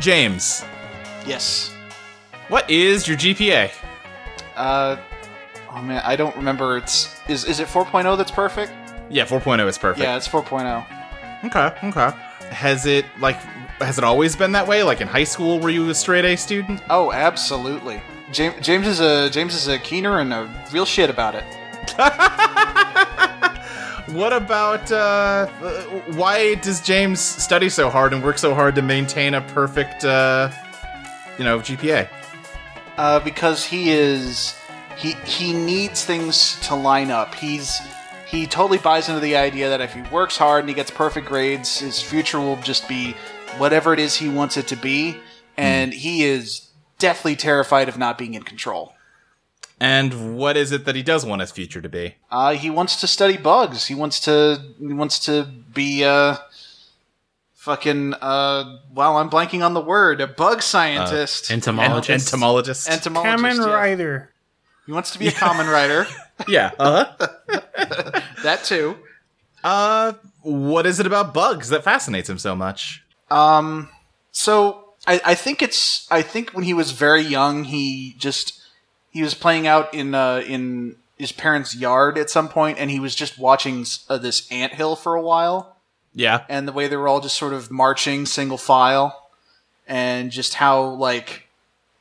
James, Yes. what is your GPA? Uh, oh man, I don't remember. It's is is it 4.0 that's perfect? Yeah, 4.0 is perfect. Yeah, it's oh. 4.0. Okay, okay. Has it like has it always been that way? Like in high school were you a straight A student? Oh, absolutely. James, James is a James is a keener and a real shit about it. What about uh uh, why does James study so hard and work so hard to maintain a perfect uh you know, GPA? Uh, because he is he he needs things to line up. He's he totally buys into the idea that if he works hard and he gets perfect grades, his future will just be whatever it is he wants it to be. And he is deathly terrified of not being in control. And what is it that he does want his future to be? Uh, he wants to study bugs. He wants to he wants to be uh fucking uh wow, I'm blanking on the word, a bug scientist. Entomologist. entomologist. entomologist. Kamen yeah. Rider. He wants to be a common writer. yeah. Uh-huh. that too. Uh what is it about bugs that fascinates him so much? Um, so I, I think it's I think when he was very young, he just he was playing out in uh, in his parents' yard at some point, and he was just watching s- uh, this anthill for a while, Yeah. and the way they were all just sort of marching single file, and just how like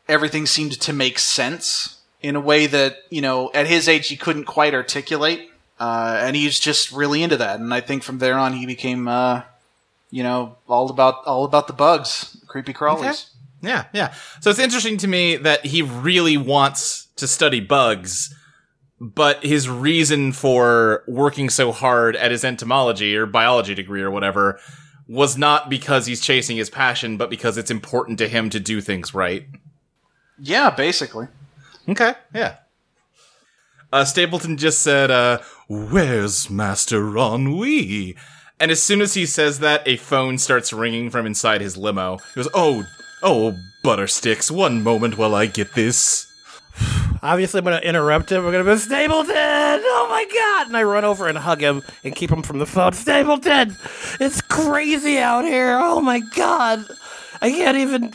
everything seemed to make sense in a way that you know at his age he couldn't quite articulate. Uh, and he's just really into that, and I think from there on he became uh, you know, all about all about the bugs, creepy crawlies. Yeah, yeah. So it's interesting to me that he really wants to study bugs, but his reason for working so hard at his entomology or biology degree or whatever was not because he's chasing his passion, but because it's important to him to do things right. Yeah, basically. Okay, yeah. Uh, Stapleton just said, uh, Where's Master Ennui? And as soon as he says that, a phone starts ringing from inside his limo. He goes, Oh, oh, Buttersticks, one moment while I get this. Obviously, I'm going to interrupt him. We're going to be Stapleton. Oh my god! And I run over and hug him and keep him from the phone. Stapleton, it's crazy out here. Oh my god, I can't even.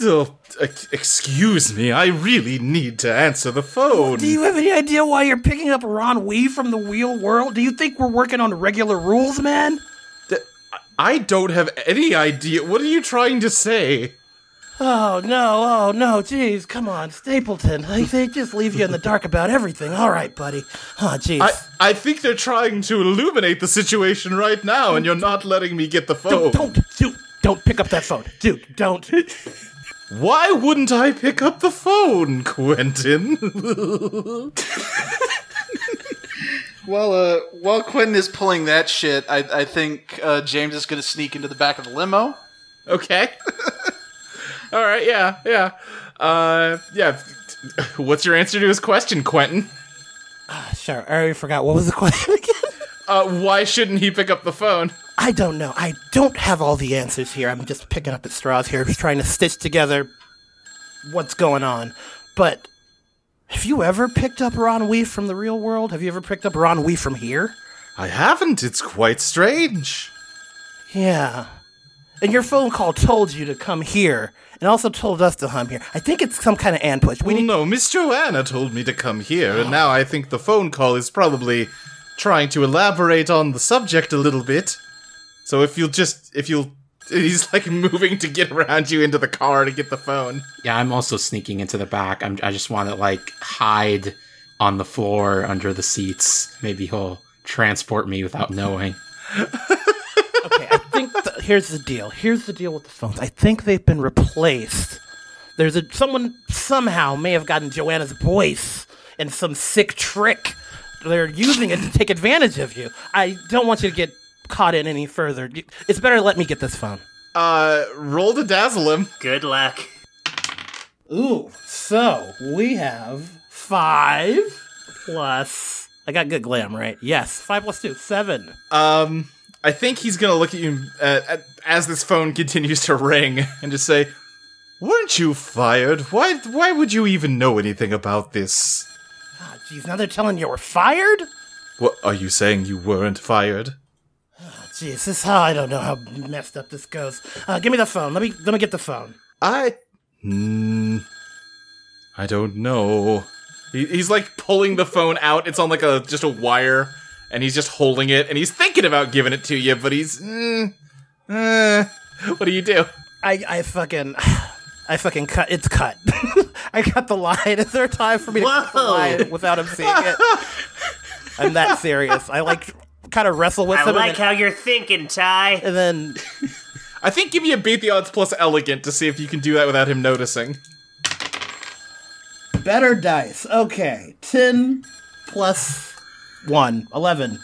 Oh, ex- excuse me, I really need to answer the phone. Do you have any idea why you're picking up Ron Wee from the Wheel World? Do you think we're working on regular rules, man? I don't have any idea. What are you trying to say? Oh no! Oh no! Jeez, come on, Stapleton. They, they just leave you in the dark about everything. All right, buddy. Oh jeez. I, I think they're trying to illuminate the situation right now, and you're not letting me get the phone. Don't, don't, dude, don't pick up that phone, dude. Don't. Why wouldn't I pick up the phone, Quentin? Well, uh, while Quentin is pulling that shit, I, I think uh, James is going to sneak into the back of the limo. okay. All right, yeah, yeah. Uh, yeah. What's your answer to his question, Quentin? Sure, I already forgot what was the question again. Uh, why shouldn't he pick up the phone? I don't know. I don't have all the answers here. I'm just picking up at straws here, just trying to stitch together what's going on. But have you ever picked up Ron Wee from the real world? Have you ever picked up Ron Wee from here? I haven't. It's quite strange. Yeah. And your phone call told you to come here, and also told us to come here. I think it's some kind of and push. We Well, need. no, Miss Joanna told me to come here, and now I think the phone call is probably trying to elaborate on the subject a little bit. So if you'll just, if you'll, he's like moving to get around you into the car to get the phone. Yeah, I'm also sneaking into the back. I'm, I just want to like hide on the floor under the seats. Maybe he'll transport me without knowing. okay, I think the, here's the deal. Here's the deal with the phones. I think they've been replaced. There's a someone somehow may have gotten Joanna's voice in some sick trick. They're using it to take advantage of you. I don't want you to get caught in any further. You- It's better to let me get this phone. Uh, roll to dazzle him. Good luck. Ooh, so we have five plus. I got good glam, right? Yes, five plus two, seven. Um, I think he's gonna look at you uh, at, as this phone continues to ring and just say, "Weren't you fired? Why? Why would you even know anything about this? Ah, jeez, now they're telling you we're fired. What are you saying? You weren't fired?" Jeez, this how I don't know how messed up this goes. Uh, give me the phone. Let me let me get the phone. I. hmm, I don't know. He, he's like pulling the phone out. It's on like a just a wire, and he's just holding it, and he's thinking about giving it to you, but he's. Mm, uh, what do you do? I I fucking I fucking cut. It's cut. I cut the line. Is there time for me to cut the Whoa. line without him seeing it? I'm that serious. I like kind of wrestle with I him, like and, then, how you're thinking, Ty. and then I think give me a beat the odds plus elegant to see if you can do that without him noticing. Better dice. Okay. 10 plus 1. 11.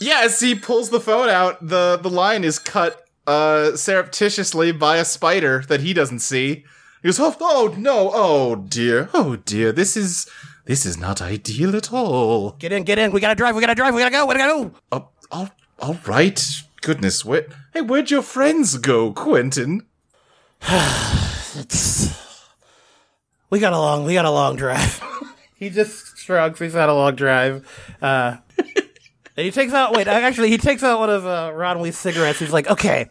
Yeah, as he pulls the phone out, the the line is cut uh surreptitiously by a spider that he doesn't see. He goes, oh, oh no, oh dear, oh dear, this is this is not ideal at all. Get in, get in. We gotta drive, we gotta drive, we gotta go, we gotta go. Uh, all, all right, goodness, where, hey, where'd your friends go, Quentin? It's. We got a long, we got a long drive. he just shrugs. He's had a long drive. Uh, and he takes out, wait, actually, he takes out one of uh, Ron Lee's cigarettes. He's like, okay,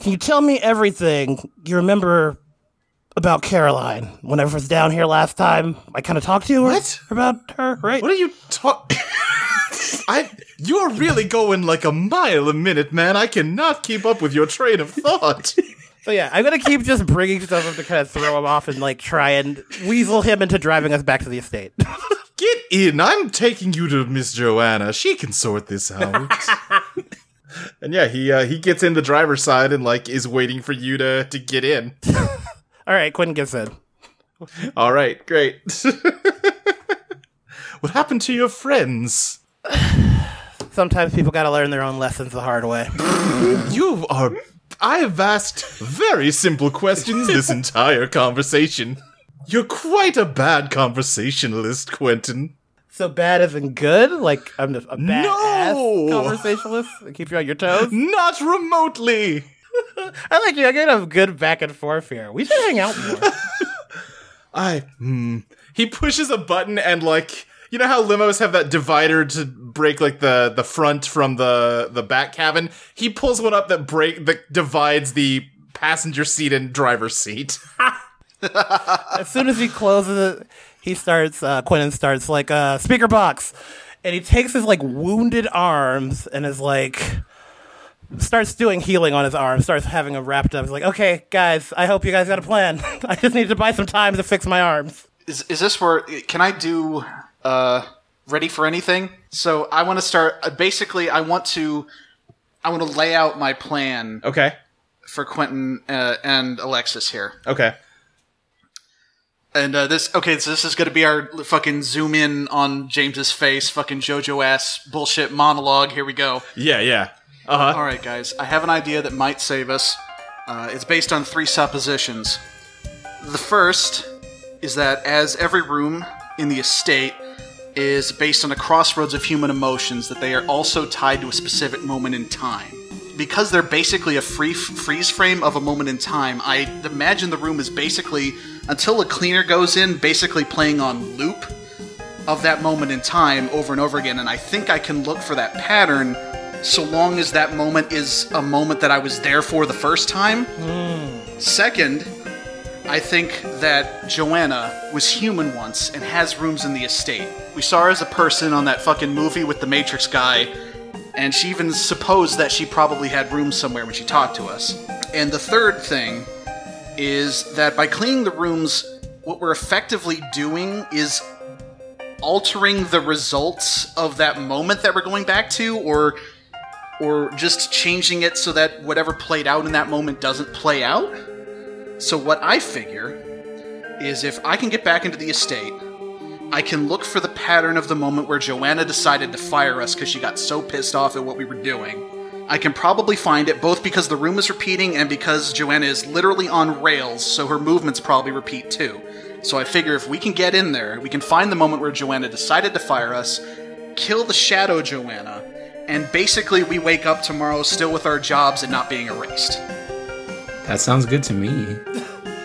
can you tell me everything you remember about Caroline? Whenever I was down here last time, I kind of talked to you What? about her, right? What are you talking? I, you're really going like a mile a minute, man. I cannot keep up with your train of thought. So yeah, I'm gonna keep just bringing stuff up to kind of throw him off and like try and weasel him into driving us back to the estate. Get in. I'm taking you to Miss Joanna. She can sort this out. and yeah, he uh, he gets in the driver's side and like is waiting for you to to get in. All right, Quentin gets in. All right, great. what happened to your friends? Sometimes people gotta learn their own lessons the hard way. You are I have asked very simple questions this entire conversation. You're quite a bad conversationalist, Quentin. So bad isn't good. Like I'm just a bad No! ass conversationalist. I Keep you on your toes. Not remotely. I like you. I get a good back and forth here. We should hang out more. I hmm. He pushes a button and like you know how limos have that divider to break like the the front from the the back cabin. He pulls one up that break that divides the passenger seat and driver's seat. as soon as he closes it, he starts. Uh, Quentin starts like uh, speaker box, and he takes his like wounded arms and is like starts doing healing on his arm. Starts having them wrapped up. He's like, okay, guys, I hope you guys got a plan. I just need to buy some time to fix my arms. Is, is this where can I do uh, ready for anything? So I want to start. Uh, basically, I want to I want to lay out my plan Okay. for Quentin uh, and Alexis here. Okay. And uh, this okay, so this is going to be our fucking zoom in on James's face, fucking JoJo ass bullshit monologue. Here we go. Yeah, yeah. Uh-huh. All right, guys, I have an idea that might save us. Uh, it's based on three suppositions. The first is that as every room in the estate is based on a crossroads of human emotions, that they are also tied to a specific moment in time. Because they're basically a free freeze frame of a moment in time, I imagine the room is basically until a cleaner goes in, basically playing on loop of that moment in time over and over again, and I think I can look for that pattern so long as that moment is a moment that I was there for the first time. Second, I think that Joanna was human once and has rooms in the estate. We saw her as a person on that fucking movie with the Matrix guy, and she even supposed that she probably had rooms somewhere when she talked to us. And the third thing is that by cleaning the rooms, what we're effectively doing is altering the results of that moment that we're going back to or or just changing it so that whatever played out in that moment doesn't play out. So what I figure is if I can get back into the estate, I can look for the pattern of the moment where Joanna decided to fire us cuz she got so pissed off at what we were doing. I can probably find it both because the room is repeating and because Joanna is literally on rails, so her movements probably repeat too. So I figure if we can get in there, we can find the moment where Joanna decided to fire us, kill the shadow Joanna, and basically we wake up tomorrow still with our jobs and not being erased. That sounds good to me.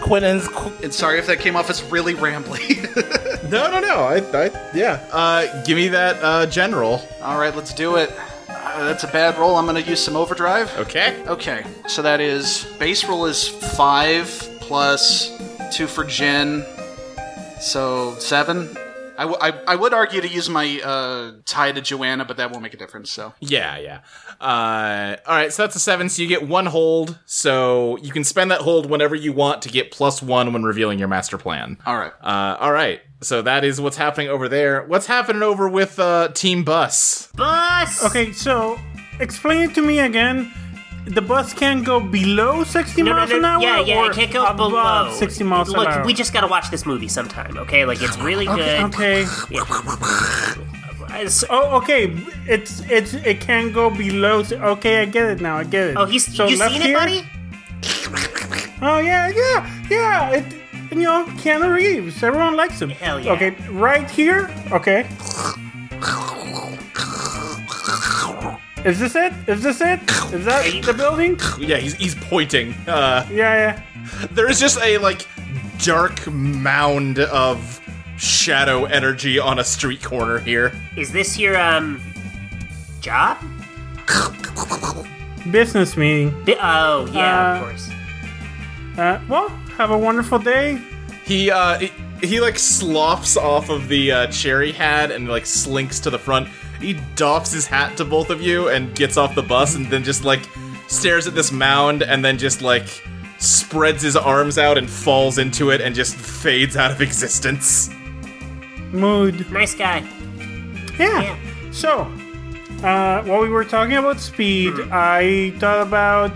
Quentin's And sorry if that came off as really rambly. No, no, no. I, I yeah. Uh give me that uh general. All right, let's do it. Uh, that's a bad roll. I'm going to use some overdrive. Okay. Okay, so that is base roll is five plus two for Jen, so seven. I, w- I, I would argue to use my uh, tie to Joanna, but that won't make a difference. So Yeah, yeah. Uh, all right, so that's a seven. So you get one hold. So you can spend that hold whenever you want to get plus one when revealing your master plan. all right, Uh, all right. So that is what's happening over there. What's happening over with uh, Team Bus? Bus. Okay, so explain it to me again. The bus can't go below 60 No, no, miles no, an hour? yeah, yeah, or it can't go above below 60 miles Look, an hour. we just gotta watch this movie sometime, okay? Like it's really okay, good. okay. I- so- Oh, okay. It's it's it can't go below. s- Okay, I get it now. I get it. oh, he's so you left seen here- it, buddy? Oh yeah, yeah, yeah. It, you know, Keanu Reeves. Everyone likes him. Hell yeah. Okay, right here. Okay. Is this it? Is this it? Is that you- the building? Yeah, he's, he's pointing. Uh, Yeah, there is just a like dark mound of shadow energy on a street corner here. Is this your um job? yeah. Business meeting. Bi- oh yeah, Uh, of course. Uh, well, have a wonderful day. He uh he, he like slops off of the uh, cherry hat and like slinks to the front. He doffs his hat to both of you and gets off the bus and then just like stares at this mound and then just like spreads his arms out and falls into it and just fades out of existence. Mood. Nice guy. Yeah. Yeah. So, uh, while we were talking about speed, Hmm. I thought about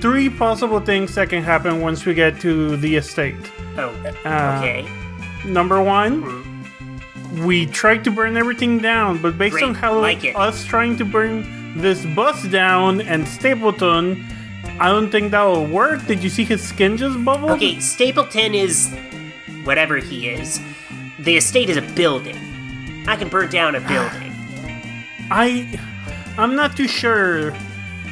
three possible things that can happen once we get to the estate. Oh, Uh, okay. Number one, we tried to burn everything down, but based Hmm. Great, on how like it. us trying to burn this bus down and Stapleton, I don't think that will work. Did you see his skin just bubble? Okay, Stapleton is whatever he is. The estate is a building. I can burn down a building. I, I'm not too sure.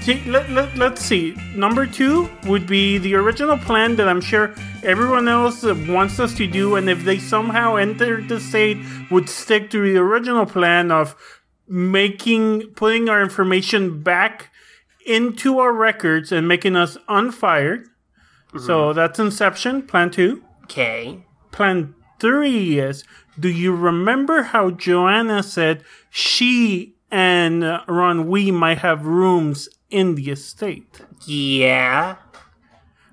See, let, let, let's see. Number two would be the original plan that I'm sure everyone else wants us to do, and if they somehow enter the state, would stick to the original plan of making putting our information back into our records and making us unfired. So that's Inception, Plan Two. Okay. Plan three is do you remember how Joanna said she and uh, Ron Wee might have rooms in the estate? Yeah.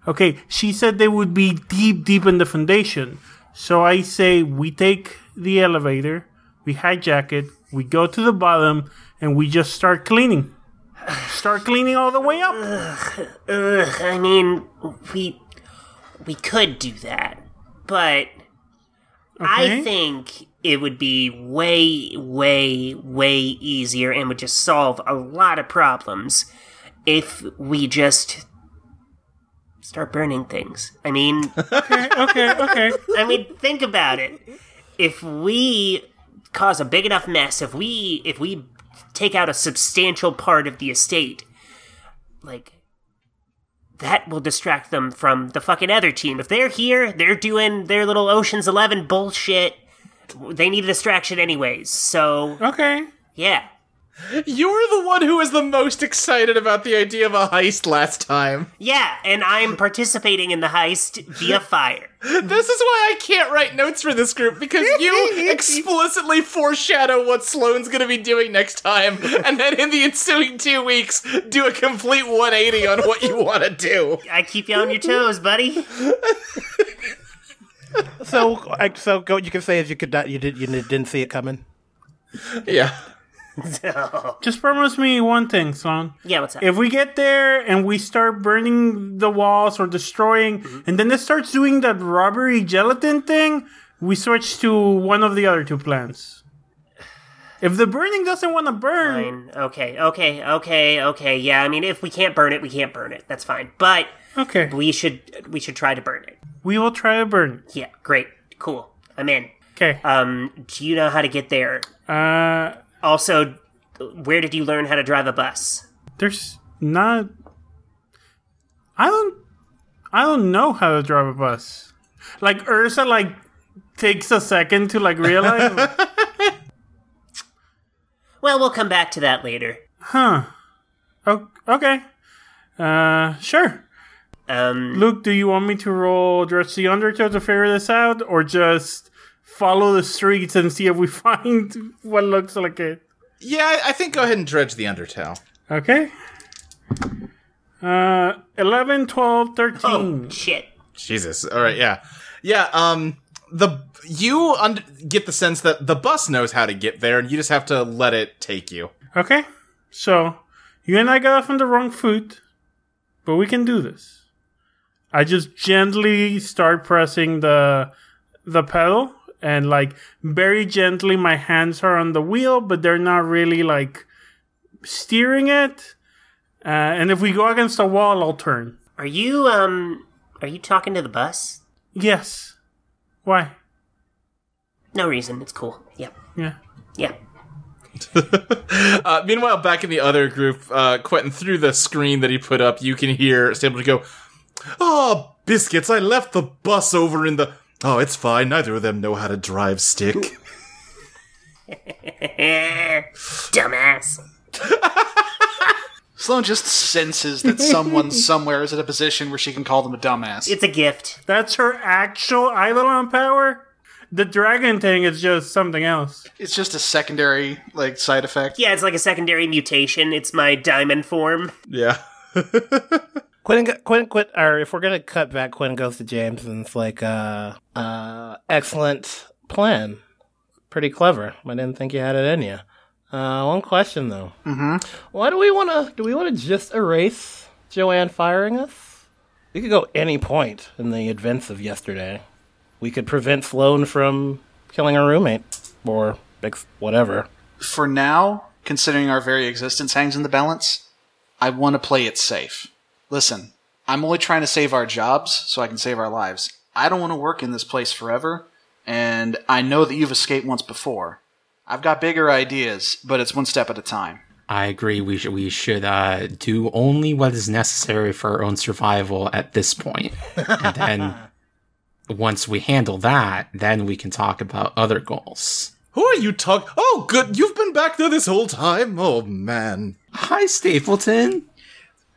Okay, she said they would be deep, deep in the foundation. So I say we take the elevator, we hijack it, we go to the bottom, and we just start cleaning. Start cleaning all the way up. Ugh, I mean, we we could do that, but I Okay. think it would be way, way, way easier and would just solve a lot of problems if we just start burning things. I mean, Okay, okay. I mean, think about it. If we cause a big enough mess, if we if we take out a substantial part of the estate, like that will distract them from the fucking other team. If they're here, they're doing their little Ocean's 11 bullshit. They need a distraction anyways. So, Okay. yeah. You're the one who was the most excited about the idea of a heist last time. Yeah, and I'm participating in the heist via fire. This is why I can't write notes for this group because you explicitly foreshadow what Sloane's going to be doing next time, and then in the ensuing two weeks, do a complete 180 on what you want to do. I keep you on your toes, buddy. So, I, so go. You can say if you could not, you did, you didn't see it coming. Yeah. Just promise me one thing, Sloan. Yeah, what's up? if we get there and we start burning the walls or destroying, and then it starts doing that robbery gelatin thing, we switch to one of the other two plans. If the burning doesn't want to burn, Fine. Okay, okay, okay, okay. Yeah, I mean, if we can't burn it, we can't burn it. That's fine. But okay, we should we should try to burn it. we will try to burn. Yeah, great, cool. I'm in. Okay. Um, do you know how to get there? Uh, Also, where did you learn how to drive a bus? there's not. I don't. I don't know how to drive a bus. Like Ursa, like takes a second to like realize. Well, we'll come back to that later. Huh. Oh, okay. Uh, sure. Um, Luke, do you want me to roll Dress the Undertow to figure this out, or just follow the streets and see if we find what looks like it? Yeah, I, I think go ahead and dredge the Undertale. Okay. Uh, 11, 12, 13. oh shit. Jesus. All right. Yeah. Yeah. Um. The you un- get the sense that the bus knows how to get there, and you just have to let it take you. Okay. So, you and I got off on the wrong foot, but we can do this. I just gently start pressing the the pedal and like very gently my hands are on the wheel, but they're not really like steering it. Uh, and if we go against a wall, I'll turn. Are you um? Are you talking to the bus? Yes. Why? No reason. It's cool. Yep. Yeah. Yep. Uh, meanwhile, back in the other group, uh, Quentin through the screen that he put up, you can hear Stapleton go, "Oh, biscuits! I left the bus over in the. Oh, it's fine. Neither of them know how to drive stick." Dumbass. Sloan just senses that someone somewhere is at a position where she can call them a dumbass. It's a gift. That's her actual Eidolon power? The dragon thing is just something else. it's just a secondary like side effect. Yeah, it's like a secondary mutation. It's my diamond form. yeah. Quinn, go- Quinn, quit. Or if we're gonna cut back, Quinn goes to James and it's like, uh, uh, excellent plan, pretty clever. I didn't think you had it in you. Uh, one question though. Mm-hmm. Why do we want to? Do we want to just erase Joanne firing us? We could go any point in the events of yesterday. We could prevent Sloan from killing her roommate or ex- whatever. For now, considering our very existence hangs in the balance, I want to play it safe. Listen, I'm only trying to save our jobs so I can save our lives. I don't want to work in this place forever, and I know that you've escaped once before. I've got bigger ideas, but it's one step at a time. I agree. We should we should uh, do only what is necessary for our own survival at this point, and then once we handle that, then we can talk about other goals. Who are you talking? Oh, good. You've been back there this whole time. Oh man. Hi, Stapleton.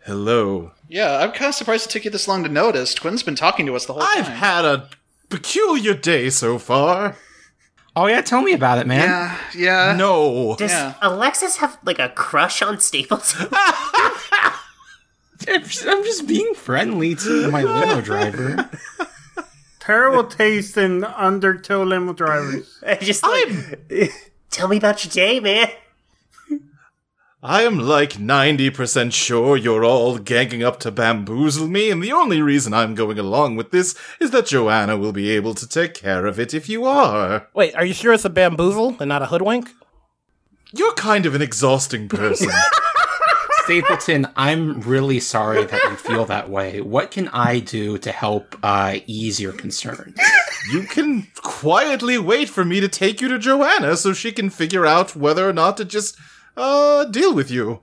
Hello. Yeah, I'm kind of surprised it took you this long to notice. Quinn's been talking to us the whole I've had a peculiar day so far. Oh yeah, tell me about it, man. yeah, yeah. No. Does Yeah. Alexis have like a crush on Stapleton? I'm just, I'm just being friendly to my limo driver. Terrible taste in undertow limo drivers. I just like, tell me about your day, man. I am like 90% sure you're all ganging up to bamboozle me, and the only reason I'm going along with this is that Joanna will be able to take care of it if you are. Wait, are you sure it's a bamboozle and not a hoodwink? You're kind of an exhausting person. Stapleton, I'm really sorry that you feel that way. What can I do to help uh, ease your concerns? you can quietly wait for me to take you to Joanna so she can figure out whether or not to just, uh, deal with you.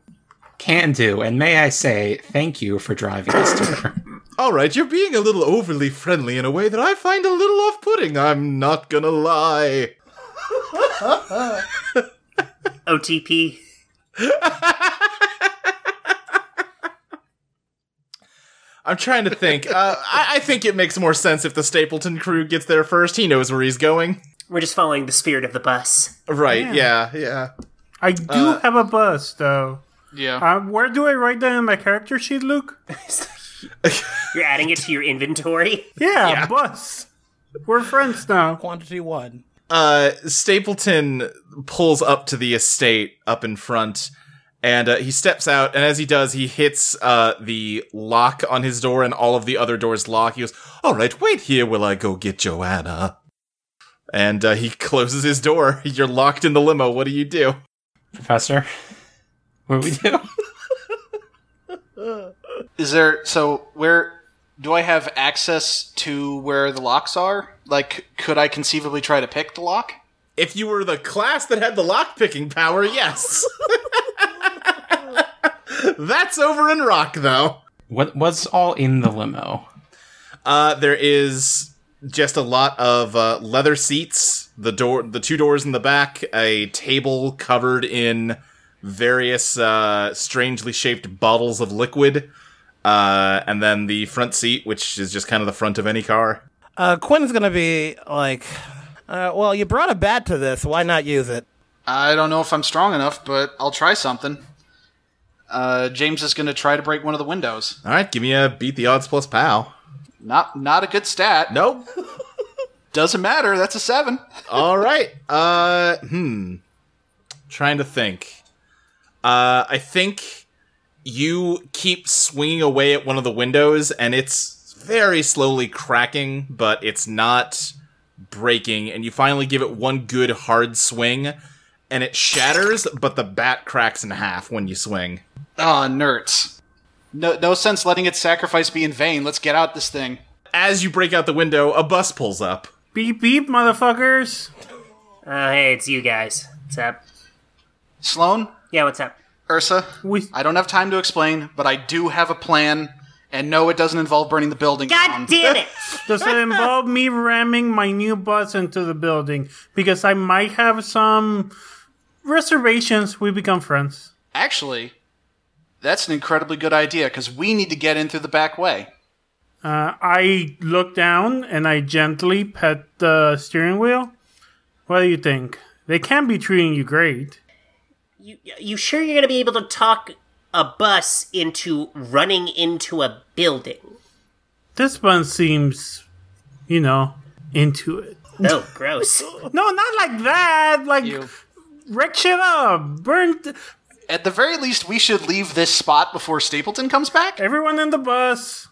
Can do, and may I say thank you for driving us to her. Alright, you're being a little overly friendly in a way that I find a little off putting, I'm not gonna lie. OTP. I'm trying to think. Uh, I-, I think it makes more sense if the Stapleton crew gets there first. He knows where he's going. We're just following the spirit of the bus. Right, yeah, yeah. I do have a bus, though. yeah. Uh, where do I write that in my character sheet, Luke? You're adding it to your inventory. Yeah, bus. We're friends now. Quantity one. Uh, Stapleton pulls up to the estate up in front and uh, he steps out. And as he does, he hits uh, the lock on his door and all of the other doors lock. He goes, All right, wait here while I go get Joanna. And uh, he closes his door. You're locked in the limo. What do you do? Professor, what do we do? Is there so where do I have access to where the locks are? Like, could I conceivably try to pick the lock? If you were the class that had the lock picking power, yes. That's over in rock, though. What what's all in the limo? Uh, there is just a lot of uh, leather seats, the door, the two doors in the back, a table covered in various uh, strangely shaped bottles of liquid, uh, and then the front seat, which is just kind of the front of any car. Uh, Quinn's gonna be like, uh, well, you brought a bat to this. Why not use it? I don't know if I'm strong enough, but I'll try something. Uh, James is going to try to break one of the windows. All right, give me a beat the odds plus pow. Not not a good stat. Nope. Doesn't matter. That's a seven. All right. Uh, hmm. Trying to think. Uh, I think you keep swinging away at one of the windows, and it's very slowly cracking, but it's not breaking. And you finally give it one good hard swing, and it shatters, but the bat cracks in half when you swing. Ah, nerds. No no sense letting its sacrifice be in vain. Let's get out this thing. As you break out the window, a bus pulls up. Beep beep, motherfuckers. Uh, hey, it's you guys. What's up? Sloan, Yeah, what's up? Ursa, We I don't have time to explain, but I do have a plan. And no, it doesn't involve burning the building down. God damn it! does it involve me ramming my new bus into the building because I might have some reservations. We become friends. Actually, that's an incredibly good idea because we need to get in through the back way. Uh, I look down and I gently pet the steering wheel. What do you think? They can't be treating you great. You, you sure you're gonna be able to talk a bus into running into a building? This one seems, you know, into it. Oh, gross. No, not like that. Like You. wreck shit up, burn th- At the very least, we should leave this spot before Stapleton comes back. everyone in the bus.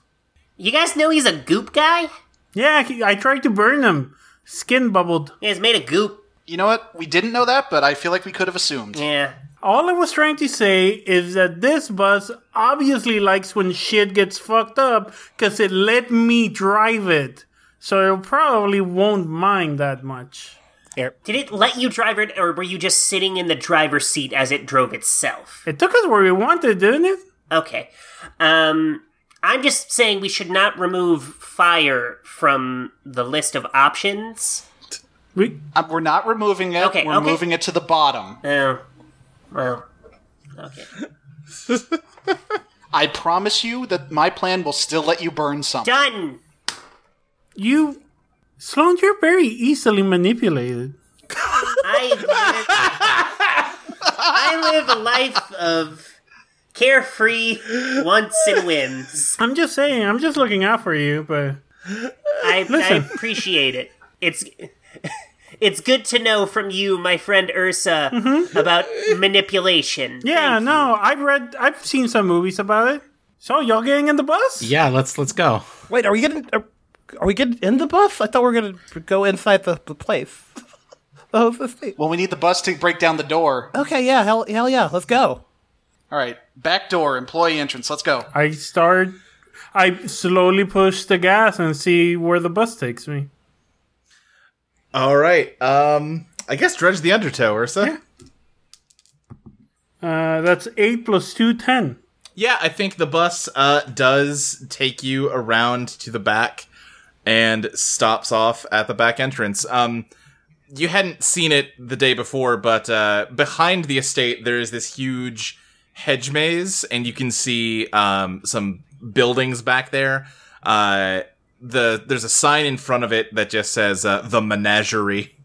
You guys know he's a goop guy? Yeah, he, I tried to burn him. Skin bubbled. He has made a goop. You know what? We didn't know that, but I feel like we could have assumed. Yeah. All I was trying to say is that this bus obviously likes when shit gets fucked up because it let me drive it. So it probably won't mind that much. Did it let you drive it, or were you just sitting in the driver's seat as it drove itself? It took us where we wanted, didn't it? Okay. Um, I'm just saying we should not remove fire from the list of options. We, Um, we're not removing it. Okay, we're okay. moving it to the bottom. Oh. Well. Okay. I promise you that my plan will still let you burn something. Done! you, Sloan, you're very easily manipulated. I live, I live a life of carefree wants and whims. I'm just saying, I'm just looking out for you, but I, I Listen. appreciate it. It's it's good to know from you, my friend Ursa, about manipulation. yeah, no, I've read, I've seen some movies about it. So y'all getting in the bus? Yeah, let's let's go. Wait, are we getting are, are we getting in the bus? I thought we were gonna go inside the, the place. oh, the thing. Well, we need the bus to break down the door. Okay, yeah, hell, hell yeah, let's go. All right, back door, employee entrance. Let's go. I start. I slowly push the gas and see where the bus takes me. All right. Um, I guess dredge the undertow, Ursa. Yeah. Uh, that's eight plus two, ten. Yeah, I think the bus uh, does take you around to the back and stops off at the back entrance. Um, you hadn't seen it the day before, but uh, behind the estate there is this huge hedge maze, and you can see um, some buildings back there. Uh, the there's a sign in front of it that just says uh, the Menagerie,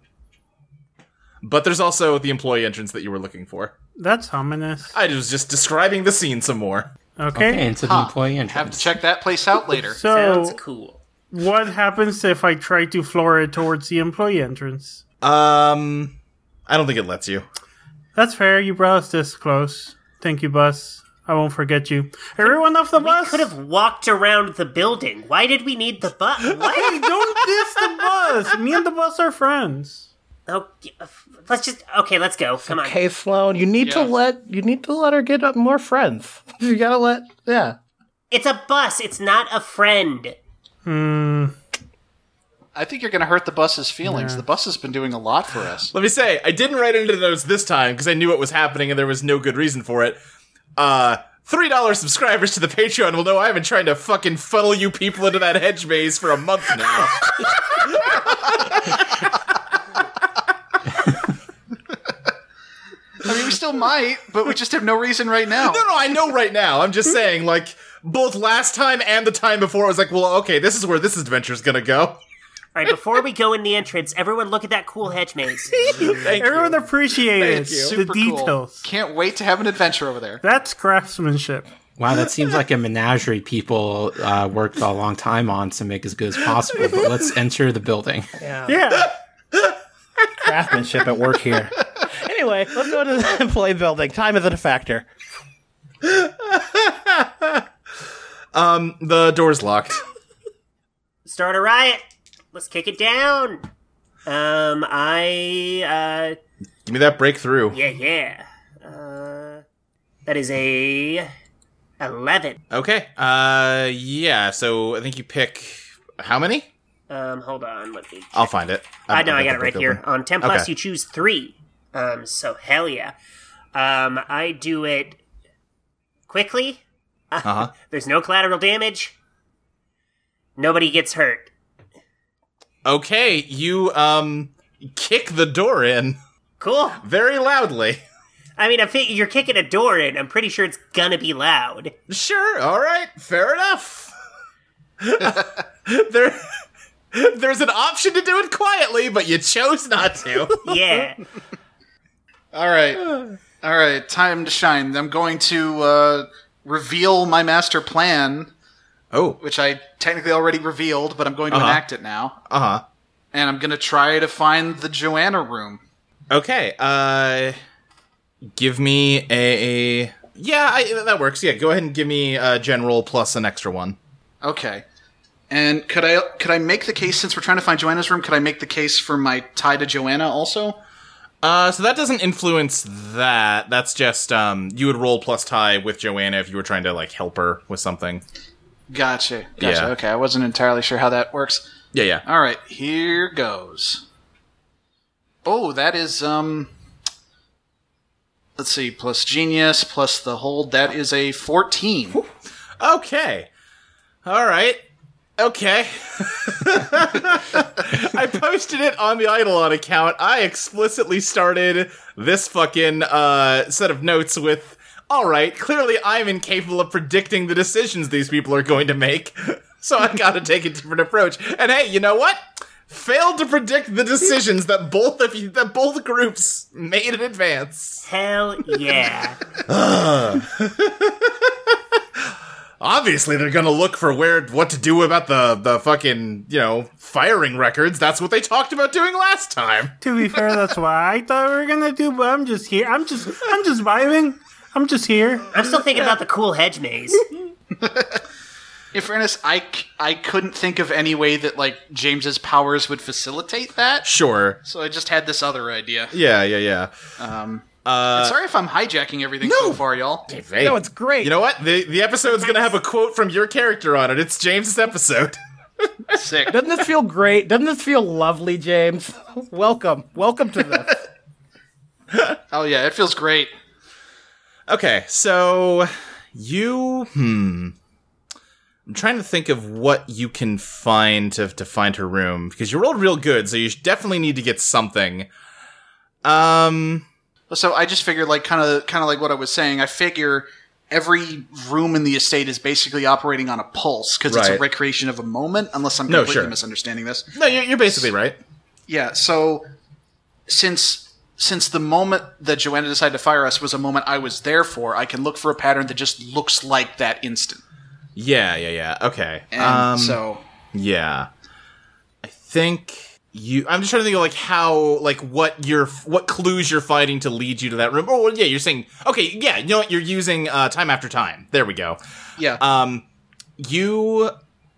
but there's also the employee entrance that you were looking for. That's ominous. I was just describing the scene some more. Okay. Okay, into the employee Have to entrance. check that place out later. Sounds So, cool. what happens if I try to floor it towards the employee entrance? Um, I don't think it lets you. That's fair. You brought us this close. Thank you, bus. I won't forget you. Everyone off the bus. Could have walked around the building. Why did we need the bus? Hey, Why? don't diss the bus. Me and the bus are friends. oh, yeah, let's just okay. Let's go. Come on. Okay, Sloan, you need to Yeah. let you need to let her get up more friends. You gotta let yeah. It's a bus. It's not a friend. I think you're going to hurt the bus's feelings. The bus has been doing a lot for us. Let me say, I didn't write into the notes this time because I knew what was happening and there was no good reason for it. Uh, three dollars subscribers to the Patreon will know I've been trying to fucking funnel you people into that hedge maze for a month now. I mean, we still might, but we just have no reason right now. No, no, I know right now. I'm just saying, like, both last time and the time before, I was like, well, okay, this is where this adventure's gonna go. All right, before we go in the entrance, everyone look at that cool hedge maze. Thank Everyone appreciated Thank the Super cool. details. Can't wait to have an adventure over there. That's craftsmanship. Wow, that seems like a menagerie people uh, worked a long time on to make as good as possible. But let's enter the building. Yeah. craftsmanship at work here. Anyway, let's go to the employee building. Time isn't a factor. The door's locked. Start a riot. Let's kick it down. Um, I, uh, Give me that breakthrough. yeah, yeah. Uh, that is a 11. Okay. Uh, yeah. So I think you pick how many? Um, hold on, let me I'll find it. I know, I got the it right book here. open. On 10 plus, Okay. you choose three. Um, so hell yeah. Um, I do it quickly. Uh-huh. There's no collateral damage. Nobody gets hurt. Okay, you um kick the door in Cool. very loudly. I mean, I fi- you're kicking a door in. I'm pretty sure it's gonna be loud. Sure. All right. Fair enough. there, there's an option to do it quietly, but you chose not to. Yeah. All right. All right. Time to shine. I'm going to uh, reveal my master plan, oh. which I technically already revealed, but I'm going to Uh-huh. enact it now. Uh huh. And I'm going to try to find the Joanna room. Okay. Uh, give me a. a yeah, I, that works. Yeah, go ahead and give me a general plus an extra one. Okay. And could I could I make the case since we're trying to find Joanna's room? Could I make the case for my tie to Joanna also? Uh, so that doesn't influence that. That's just um, you would roll plus tie with Joanna if you were trying to like help her with something. Gotcha. Gotcha. Yeah. Okay, I wasn't entirely sure how that works. Yeah, yeah. All right, here goes. Oh, that is um. Let's see, plus genius, plus the hold. That is a fourteen. Okay. All right. Okay. I posted it on the Eidolon account. I explicitly started this fucking uh, set of notes with. All right, clearly I'm incapable of predicting the decisions these people are going to make, so I gotta take a different approach. And hey, you know what? Failed to predict the decisions that both of you, that both groups made in advance. hell yeah. Obviously, they're gonna look for where what to do about the the fucking you know firing records. That's what they talked about doing last time. To be fair, that's what I thought we were gonna do, but I'm just here. I'm just I'm just vibing. I'm just here. I'm still thinking about the cool hedge maze. In fairness, I, c- I couldn't think of any way that like James's powers would facilitate that, Sure. so I just had this other idea. Yeah, yeah, yeah. Um, Uh, sorry if I'm hijacking everything so far, y'all. hey, No, it's great. You know what? The the episode's gonna have a quote from your character on it. It's James's episode. Sick. Doesn't this feel great? Doesn't this feel lovely, James? Welcome. Welcome to this. Oh yeah, it feels great. Okay, so you hmm. I'm trying to think of what you can find to to find her room because you rolled real good, so you sh- definitely need to get something. Um. So I just figured, like, kind of, kind of like what I was saying. I figure every room in the estate is basically operating on a pulse because it's a Right. recreation of a moment. Unless I'm No, completely sure. misunderstanding this. No, you're, you're basically right. Yeah. So since since the moment that Joanna decided to fire us was a moment I was there for, I can look for a pattern that just looks like that instant. Yeah, yeah, yeah. Okay. And um, so yeah, I think you. I'm just trying to think of like how, like what your what clues you're finding to lead you to that room. Oh, well, yeah, you're saying okay. Yeah, you know what? You're using uh, time after time. There we go. yeah, Um, you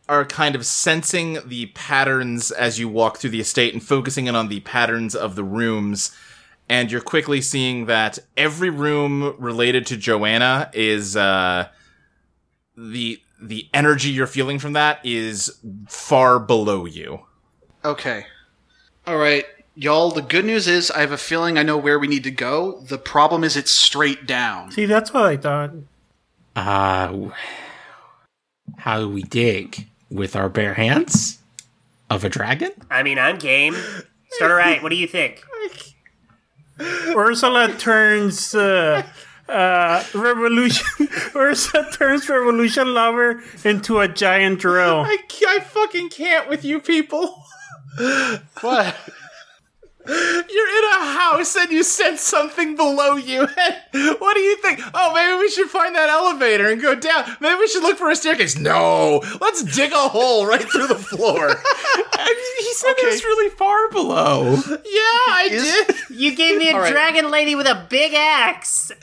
are kind of sensing the patterns as you walk through the estate and focusing in on the patterns of the rooms. And you're quickly seeing that every room related to Joanna is uh, the the energy you're feeling from that is far below you. Okay. All right, y'all. The good news is I have a feeling I know where we need to go. The problem is it's straight down. See, that's what I thought. Uh, w- how do we dig with our bare hands of a dragon? I mean, I'm game. Start a riot. What do you think? Ursula turns uh, uh, revolution. Ursula turns revolution lover into a giant drill. I, ca- I fucking can't with you people. What? You're in a house and you sense something below you. And what do you think? Oh, maybe we should find that elevator and go down. Maybe we should look for a staircase. No, let's dig a hole right through the floor. I mean, he said it was really far below. Yeah, I did. You gave me a right. dragon lady with a big axe.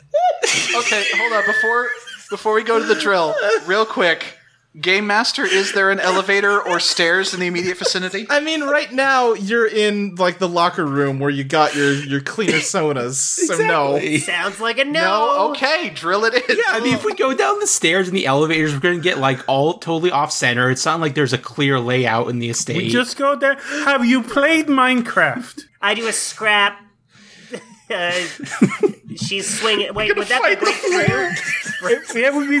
Okay, hold on. Before before we go to the drill, real quick. Game master, is there an elevator or stairs in the immediate vicinity? I mean, right now you're in like the locker room where you got your your cleaner sonas. So no. Sounds like a no. No. Okay, drill it in. Yeah, I mean, if we go down the stairs and the elevators, we're gonna get like all totally off center. It's not like there's a clear layout in the estate. Just go there. Have you played Minecraft? I do a scrap. Uh, she's swinging. Wait, would that be breakthrough? Yeah, would be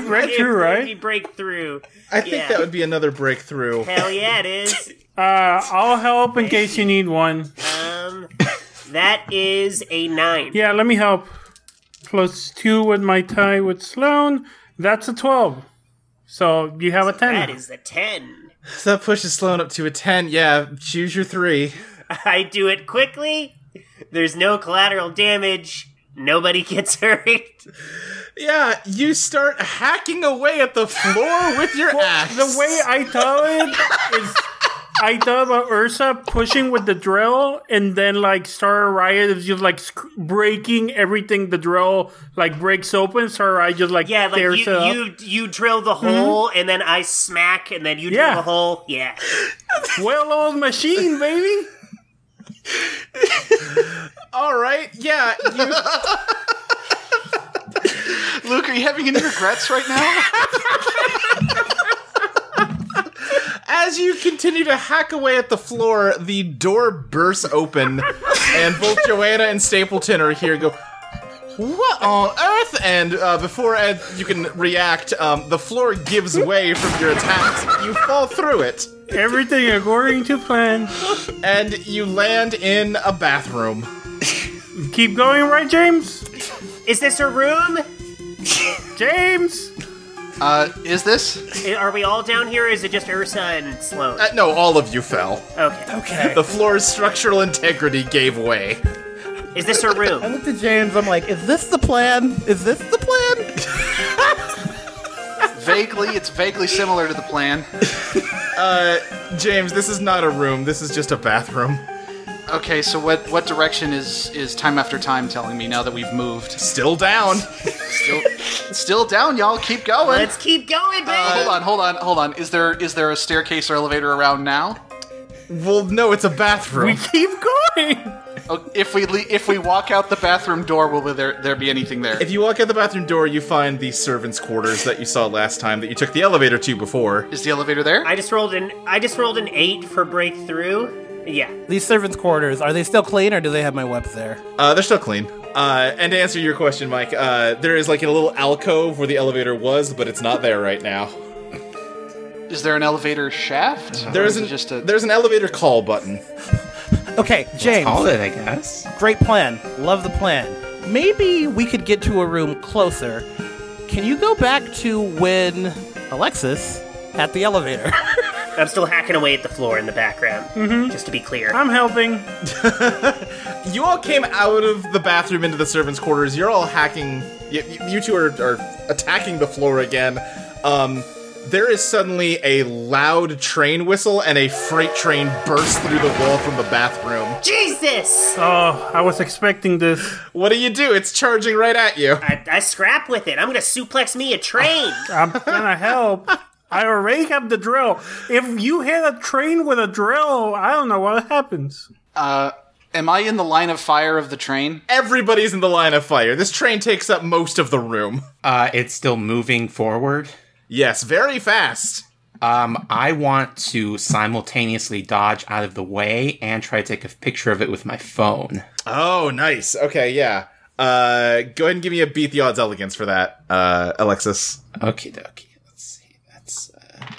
Be breakthrough, right? breakthrough. I think Yeah. that would be another breakthrough. Hell yeah, it is. Uh, I'll help in case you need one. Um, that is a nine. Yeah, let me help. Plus two with my tie with Sloan. That's a 12. So you have a 10. That is a ten. So that pushes Sloan up to a 10. Yeah, choose your three. I do it quickly. There's no collateral damage. Nobody gets hurt. Yeah, you start hacking away at the floor with your axe. the way I thought it is I thought about Ursa pushing with the drill and then like Star Riot is just like sc- breaking everything the drill like breaks open. Star Riot just like Yeah, like you, tears it up. you you drill the hole and then I smack and then you drill Mm-hmm. Yeah. the hole. Yeah. well old machine, baby. All right, yeah, you, Luke, are you having any regrets right now? as you continue to hack away at the floor, the door bursts open, and both Joanna and Stapleton are here. Go, what on earth? And uh, before Ed, you can react. Um, the floor gives way from your attacks. You fall through it, Everything according to plan. and you land in a bathroom. Keep going, right, James? Is this a room? James. Uh, is this? Are we all down here? Or is it just Ursa and Sloan? Uh, no, all of you fell. Okay. Okay. The floor's structural integrity gave way. Is this a I room? looked at James. I'm like, is this the plan? Is this the plan? Vaguely, it's vaguely similar to the plan. James, this is not a room. This is just a bathroom. Okay, so what what direction is is time after time telling me now that we've moved? Still down. Still, still down, y'all. Keep going. Oh, Let's keep going, baby. uh, hold on, hold on, hold on. Is there is there a staircase or elevator around now? Well, no, it's a bathroom. Keep going. Oh, if we le- if we walk out the bathroom door, will there there be anything there? If you walk out the bathroom door, you find the servants' quarters that you saw last time that you took the elevator to before. Is the elevator there? I just rolled an I just rolled an eight for breakthrough. Yeah. These servants' quarters are they still clean or do they have my webs there? Uh, they're still clean. Uh, and to answer your question, Mike, uh, there is like a little alcove where the elevator was, but it's not there right now. Is there an elevator shaft? Or There's is it an just a there's an elevator call button. Okay, James. call it, I guess. Great plan. Love the plan. Maybe we could get to a room closer. Can you go back to when Alexis at the elevator? I'm still hacking away at the floor in the background. Just to be clear. I'm helping. You all came out of the bathroom into the servants' quarters. You're all hacking. You, you two are, are attacking the floor again. Um, there is suddenly a loud train whistle, and a freight train bursts through the wall from the bathroom. Jesus! Oh, I was expecting this. What do you do? It's charging right at you. I, I scrap with it. I'm gonna suplex me a train. I'm gonna help. I already have the drill. If you hit a train with a drill, I don't know what happens. uh, am I in the line of fire of the train? Everybody's in the line of fire. This train takes up most of the room. Uh, it's still moving forward. Yes, very fast. Um, I want to simultaneously dodge out of the way and try to take a picture of it with my phone. Oh, nice. Okay, yeah. Uh, go ahead and give me a beat the odds elegance for that, uh, Alexis. Okay, dokie. Let's see. That's uh,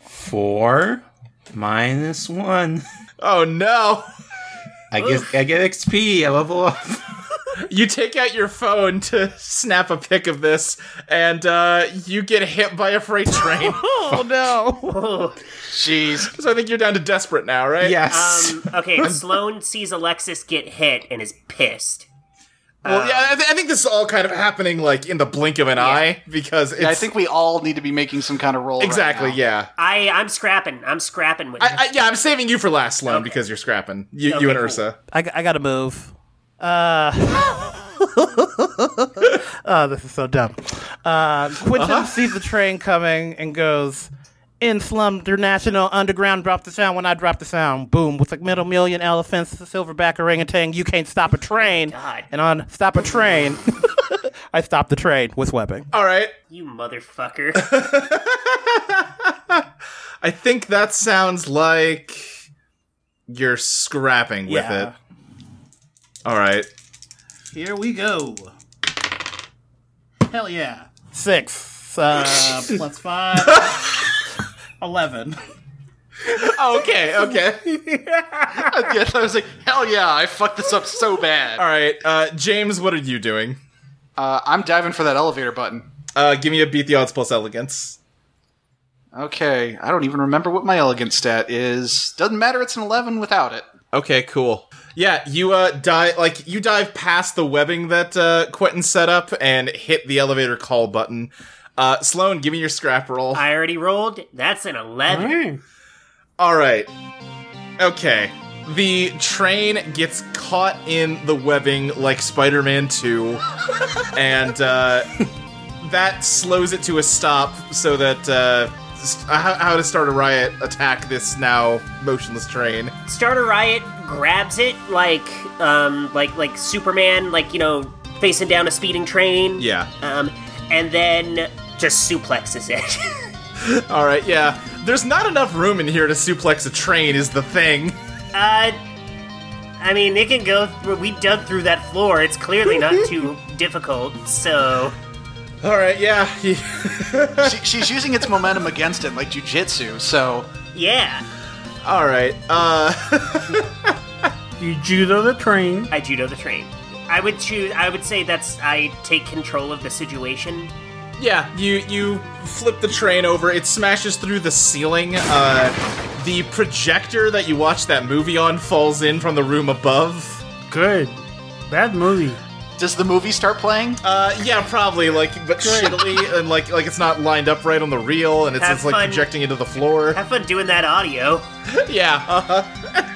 four minus one. Oh no. I get I get XP. I level up. You take out your phone to snap a pic of this, and uh, you get hit by a freight train. Oh no! Jeez. so I think you're down to desperate now, right? Yes. Um, okay, Sloan sees Alexis get hit and is pissed. Well, yeah. I, th- I think this is all kind of happening like in the blink of an eye because it's, Yeah, I think we all need to be making some kind of roll. right exactly. now. yeah. I I'm scrapping. I'm scrapping with I, I, yeah, I'm saving you for last, Sloan, because you're scrapping. You, Okay, you and cool. Ursa. I, g- I gotta move. Uh, oh, this is so dumb. Uh, Quentin sees the train coming and goes, In Slum International Underground, drop the sound when I drop the sound. Boom. With like middle million elephants, a silverback orangutan, you can't stop a train. Oh, God. And on Stop a Train, I stop the train with webbing. All right. you, motherfucker. I think that sounds like you're scrapping with Yeah. it. All right. Here we go. Hell yeah. Six. Uh, Uh, plus five. Eleven. Okay. Okay. yeah, I was like, hell yeah, I fucked this up so bad. All right. Uh, James, what are you doing? Uh, I'm diving for that elevator button. Uh, give me a beat the odds plus elegance. Okay, I don't even remember what my elegance stat is. Doesn't matter, it's an 11 without it. Okay, cool. Yeah, you uh dive like you dive past the webbing that uh Quentin set up and hit the elevator call button. Uh Sloan, give me your scrap roll. I already rolled. That's an eleven. Hey, All right. Okay. The train gets caught in the webbing like Spider Man 2, and uh, that slows it to a stop so that uh, st- how, how to start a riot attack this now motionless train. Starter Riot grabs it like um like like Superman like you know facing down a speeding train. Yeah. Um and then just suplexes it. All right, yeah. There's not enough room in here to suplex a train, is the thing. uh I mean it can go through we dug through that floor. It's clearly not too difficult. So All right, yeah. She, she's using its momentum against it like jujitsu, so yeah. All right. Uh, you judo the train. I judo the train. I would choose. I would say that's. I take control of the situation. Yeah, you you flip the train over. It smashes through the ceiling. Uh, the projector that you watched that movie on falls in from the room above. Good. Bad movie. does the movie start playing? Uh, yeah, probably like, but shittily and like like it's not lined up right on the reel, and it's, Have it's like fun. projecting into the floor. Have fun doing that audio. yeah. uh-huh.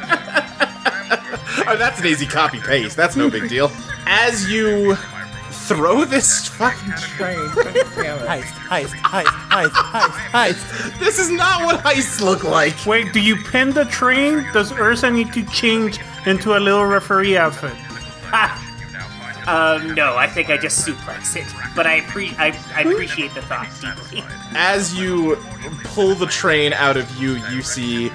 oh, that's an easy copy paste. That's no big deal. As you throw this fucking train, heist, heist, heist, heist, heist, heist. this is not what heists look like. Wait, do you pin the train? Does Ursa need to change into a little referee outfit? Um, no, I think I just suplex it. But I pre- I, I appreciate the thought deeply. as you pull the train out of you, you see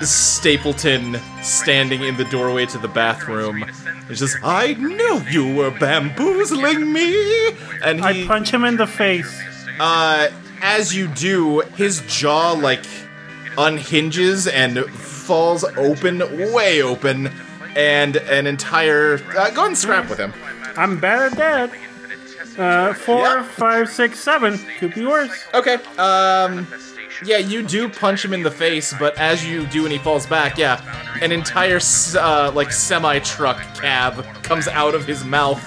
Stapleton standing in the doorway to the bathroom. He says, I knew you were bamboozling me! And I he, punch him in the face. uh, as you do, his jaw, like, unhinges and falls open, way open, and an entire. Uh, go and scrap with him. I'm bad at that. Uh, four, Yeah. five, six, seven. Could be worse. Okay. Um. Yeah, you do punch him in the face, but as you do and he falls back, yeah, an entire s- uh, like semi truck cab comes out of his mouth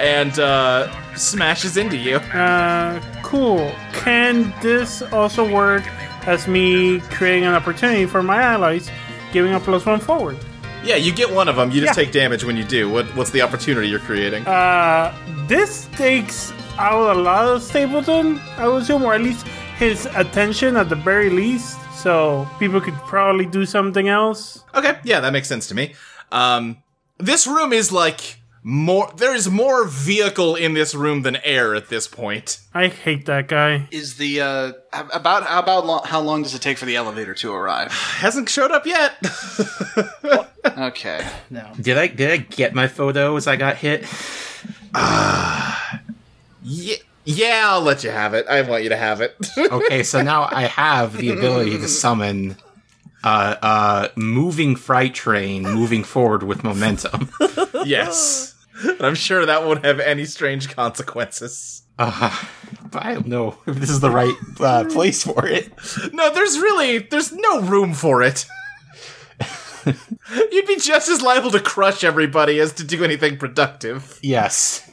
and uh, smashes into you. Uh, cool. Can this also work as me creating an opportunity for my allies, giving a plus one forward? Yeah, you get one of them. You just Yeah. take damage when you do. What, what's the opportunity you're creating? Uh, this takes out a lot of Stapleton, I would assume, or at least his attention at the very least. So people could probably do something else. Okay, yeah, that makes sense to me. Um, this room is like more. There is more vehicle in this room than air at this point. I hate that guy. Is the uh, ab- about how about lo- how long does it take for the elevator to arrive? Hasn't showed up yet. Okay, Did I did I get my photo as I got hit? yeah, yeah, I'll let you have it. I want you to have it. Okay, so now I have the ability to summon uh, uh, moving freight train moving forward with momentum. Yes. And I'm sure that won't have any strange consequences. But I don't know if this is the right uh, place for it. No, there's really there's no room for it. You'd be just as liable to crush everybody as to do anything productive. Yes.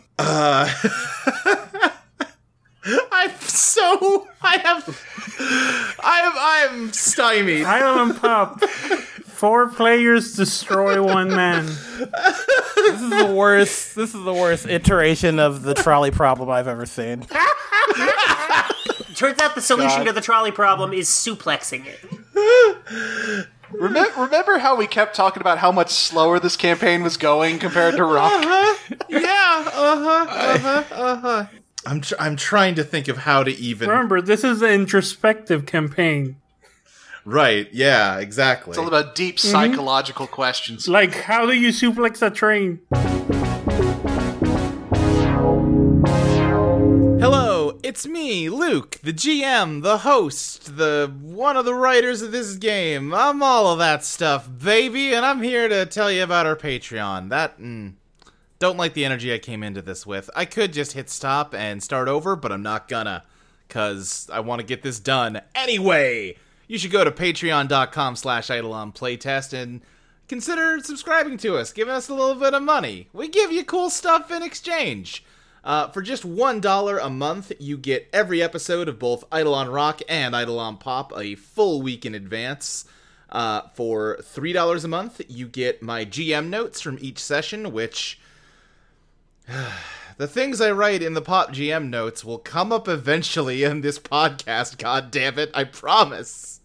I'm so I have I am I'm stymied. Island Pop. Four players destroy one man. This is the worst. This is the worst iteration of the trolley problem I've ever seen. Turns out the solution to the trolley problem is suplexing it. Remember, remember how we kept talking about how much slower this campaign was going compared to Rock? Yeah, uh-huh, uh-huh, uh-huh. I'm tr- I'm trying to think of how to even Remember, this is an introspective campaign. Right, yeah, exactly. It's all about deep psychological questions. Like, how do you suplex a train? Hello, it's me, Luke, the GM, the host, the one of the writers of this game. I'm all of that stuff, baby, and I'm here to tell you about our Patreon. That mm, don't like the energy I came into this with. I could just hit stop and start over, but I'm not gonna, cause I want to get this done anyway. You should go to Patreon.com/slash Playtest and consider subscribing to us, giving us a little bit of money. We give you cool stuff in exchange. Uh, for just $1 a month, you get every episode of both Idle on Rock and Idle on Pop a full week in advance. Uh, for $3 a month, you get my GM notes from each session, which. the things I write in the Pop GM notes will come up eventually in this podcast, god damn it, I promise.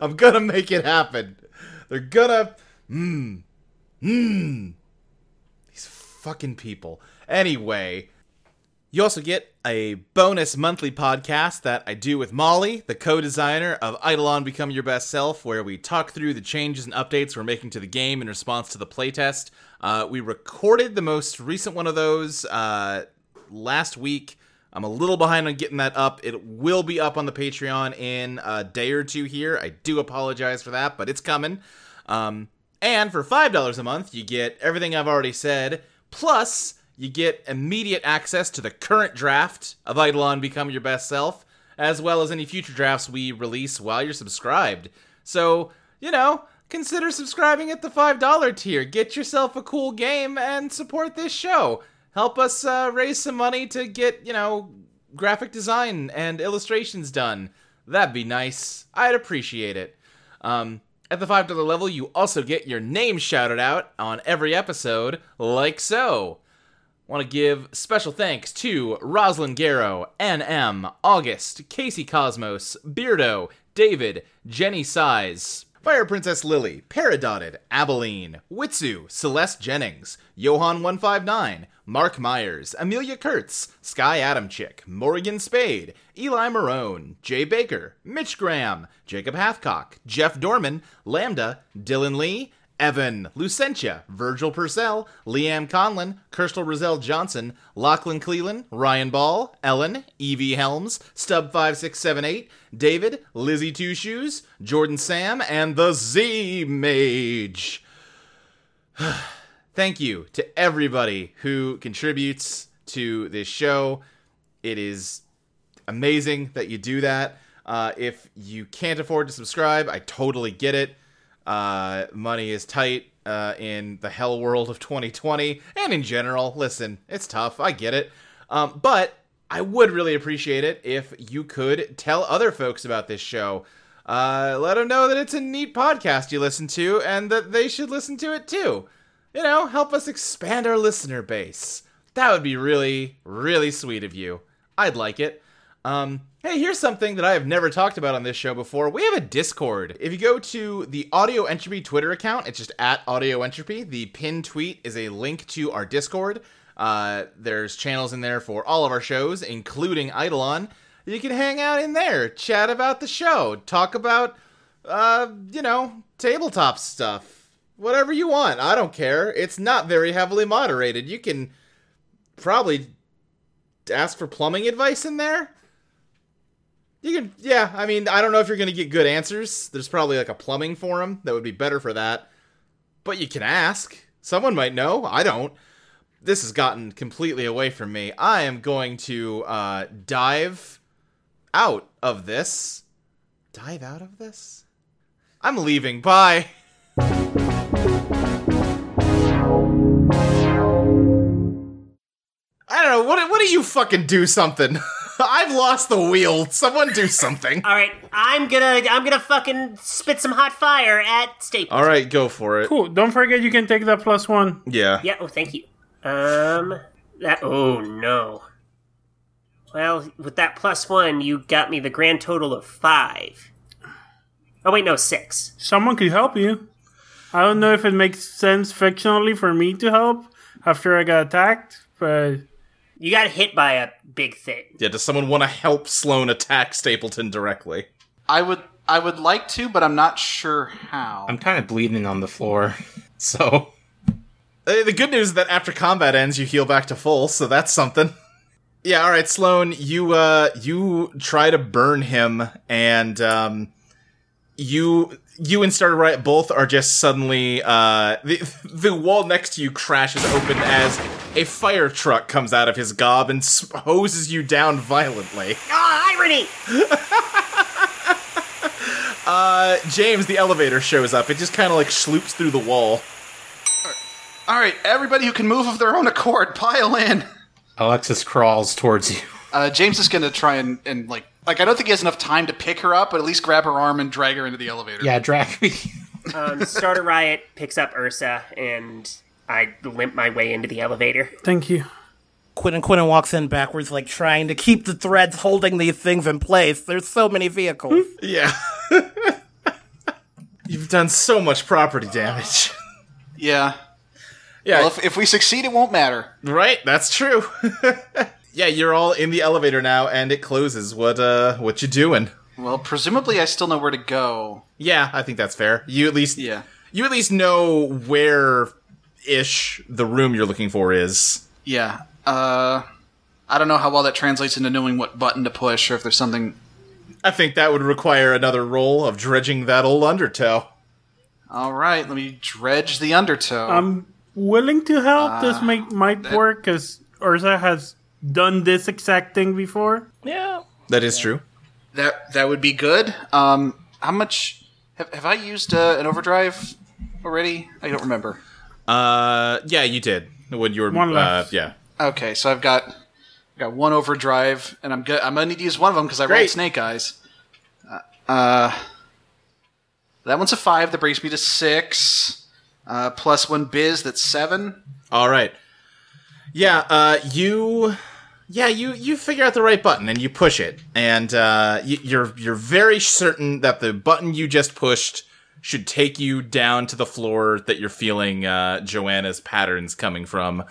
I'm gonna make it happen. They're gonna. Mmm. Mmm. These fucking people. Anyway. You also get a bonus monthly podcast that I do with Molly, the co designer of Eidolon Become Your Best Self, where we talk through the changes and updates we're making to the game in response to the playtest. Uh, we recorded the most recent one of those uh, last week. I'm a little behind on getting that up. It will be up on the Patreon in a day or two here. I do apologize for that, but it's coming. Um, and for $5 a month, you get everything I've already said, plus you get immediate access to the current draft of Eidolon Become Your Best Self, as well as any future drafts we release while you're subscribed. So, you know, consider subscribing at the $5 tier. Get yourself a cool game and support this show. Help us uh, raise some money to get, you know, graphic design and illustrations done. That'd be nice. I'd appreciate it. Um, at the $5 level, you also get your name shouted out on every episode, like so. Want to give special thanks to Roslyn Garrow, NM, August, Casey Cosmos, Beardo, David, Jenny Size, Fire Princess Lily, Paradotted, Abilene, Witsu, Celeste Jennings, Johan159, Mark Myers, Amelia Kurtz, Sky Adamchick, Morgan Spade, Eli Marone, Jay Baker, Mitch Graham, Jacob Hathcock, Jeff Dorman, Lambda, Dylan Lee, Evan, Lucentia, Virgil Purcell, Liam Conlin, Kirstel Roselle Johnson, Lachlan Cleland, Ryan Ball, Ellen, Evie Helms, Stub5678, David, Lizzie Two Shoes, Jordan Sam, and the Z Mage. Thank you to everybody who contributes to this show. It is amazing that you do that. Uh, if you can't afford to subscribe, I totally get it. Uh, money is tight uh, in the hell world of 2020 and in general. Listen, it's tough. I get it. Um, but I would really appreciate it if you could tell other folks about this show. Uh, let them know that it's a neat podcast you listen to and that they should listen to it too. You know, help us expand our listener base. That would be really, really sweet of you. I'd like it. Um, hey, here's something that I have never talked about on this show before. We have a Discord. If you go to the Audio Entropy Twitter account, it's just at Audio Entropy. The pinned tweet is a link to our Discord. Uh, there's channels in there for all of our shows, including Eidolon. You can hang out in there, chat about the show, talk about, uh, you know, tabletop stuff. Whatever you want. I don't care. It's not very heavily moderated. You can probably ask for plumbing advice in there. You can, yeah. I mean, I don't know if you're gonna get good answers. There's probably like a plumbing forum that would be better for that, but you can ask. Someone might know. I don't. This has gotten completely away from me. I am going to uh, dive out of this. Dive out of this. I'm leaving. Bye. I don't know. What, what do you fucking do something? I've lost the wheel. Someone do something. All right, I'm gonna I'm gonna fucking spit some hot fire at Staples. All right, go for it. Cool. Don't forget you can take that plus one. Yeah. Yeah. Oh, thank you. Um. That. Oh no. Well, with that plus one, you got me the grand total of five. Oh wait, no, six. Someone could help you. I don't know if it makes sense fictionally for me to help after I got attacked, but You got hit by a big thing. Yeah, does someone want to help Sloan attack Stapleton directly? I would I would like to, but I'm not sure how. I'm kind of bleeding on the floor, so Uh, The good news is that after combat ends, you heal back to full, so that's something. Yeah, all right, Sloan, you uh, you try to burn him, and um, you you and Starter Riot both are just suddenly uh, the the wall next to you crashes open as a fire truck comes out of his gob and s- hoses you down violently. Ah, irony. Uh, James, the elevator shows up. It just kind of like sloops through the wall. All right, everybody who can move of their own accord, pile in. Alexis crawls towards you. Uh, James is gonna try and, and like like I don't think he has enough time to pick her up, but at least grab her arm and drag her into the elevator. Yeah, drag me. Um, Starter Riot picks up Ursa, and I limp my way into the elevator. thank you. Quinn and Quinn walks in backwards, like trying to keep the threads holding these things in place. There's so many vehicles. Yeah. You've done so much property damage. Yeah. Yeah. Well, if, if we succeed, it won't matter. right, that's true. yeah, you're all in the elevator now and it closes. What uh what you doing? Well, presumably I still know where to go. Yeah, I think that's fair. You at least Yeah. you at least know where ish the room you're looking for is. Yeah. Uh, I don't know how well that translates into knowing what button to push or if there's something. I think that would require another roll of dredging that old undertow. All right, let me dredge the undertow. I'm willing to help. this might might work because Urza has done this exact thing before. Hmm? yeah. That is true. that that would be good. Um, how much have, have I used uh, an overdrive already? I don't remember. Uh yeah, you did. When you were One uh, left. yeah. Okay, so I've got I've got one overdrive, and I'm good. I'm gonna need to use one of them because I rolled Great. snake eyes. Uh, uh, that one's a five. That brings me to six. Uh, plus one biz. That's seven. All right. Yeah, uh, you, yeah, you you figure out the right button and you push it, and uh, y- you're you're very certain that the button you just pushed should take you down to the floor that you're feeling uh, Joanna's patterns coming from,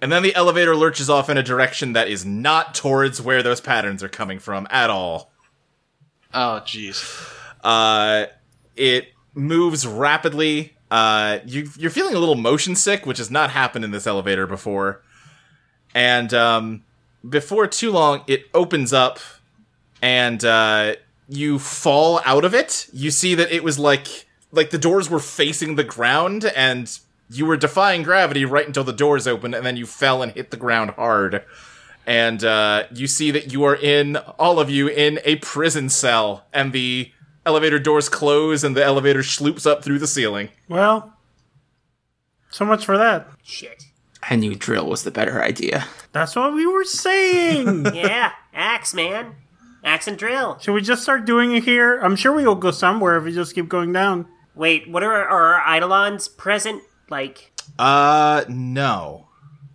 and then the elevator lurches off in a direction that is not towards where those patterns are coming from at all. Oh, jeez. Uh, it moves rapidly. Uh, you, you're feeling a little motion sick, which has not happened in this elevator before. And um, before too long, it opens up and uh, you fall out of it. You see that it was like like the doors were facing the ground and you were defying gravity right until the doors opened and then you fell and hit the ground hard. And uh, you see that you are in all of you in a prison cell and the elevator doors close and the elevator sloops up through the ceiling. Well, so much for that. Shit. I knew drill was the better idea. That's what we were saying. Yeah, axe man, axe and drill. Should we just start doing it here? I'm sure we'll go somewhere if we just keep going down. Wait, what are, are our eidolons present? Like, Uh no.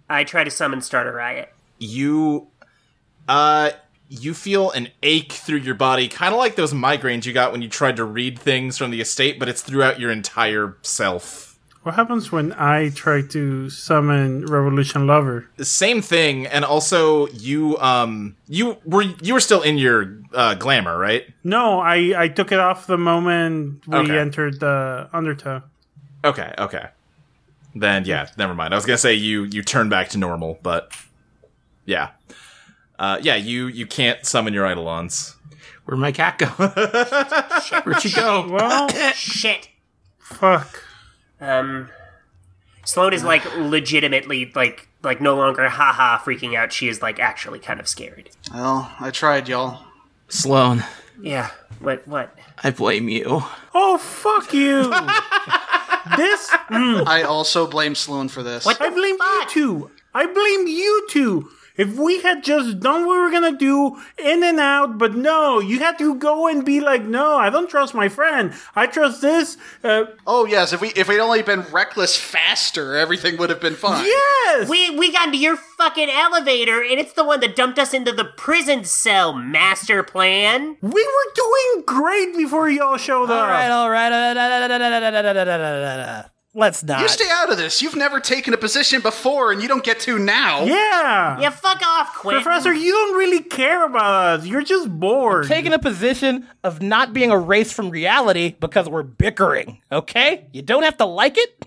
I try to summon Starter Riot. you uh you feel an ache through your body kind of like those migraines you got when you tried to read things from the estate but it's throughout your entire self What happens when I try to summon Revolution Lover? The same thing and also you um you were you were still in your uh glamour right No, I, I took it off the moment we Okay. entered the Undertow. okay okay then yeah never mind i was gonna say you you turn back to normal but yeah uh yeah you you can't summon your eidolons Where'd my cat go? Where'd she go? Well, Shit. fuck. Um, Sloan is like legitimately like like no longer haha freaking out. She is like actually kind of scared. Well, I tried, y'all. Sloan, Yeah. What? What? I blame you. Oh, fuck you. this. mm, I also blame Sloan for this. What? I blame you two. I blame you two. If we had just done what we were gonna do, in and out, but no, you had to go and be like, no, I don't trust my friend. I trust this. Uh, Oh yes, if we if we'd only been reckless faster, everything would have been fine. yes! We we got into your fucking elevator, and it's the one that dumped us into the prison cell. Master plan. We were doing great before y'all showed All up. right, all right. uh, da- da- da- da- da- da- da- da- da- da- da- da. Let's You not. stay out of this. You've never taken a position before, and you don't get to now. Yeah. Yeah, fuck off, Quentin. Professor, you don't really care about us. You're just bored. Taking a position of not being erased from reality because we're bickering, okay? You don't have to like it,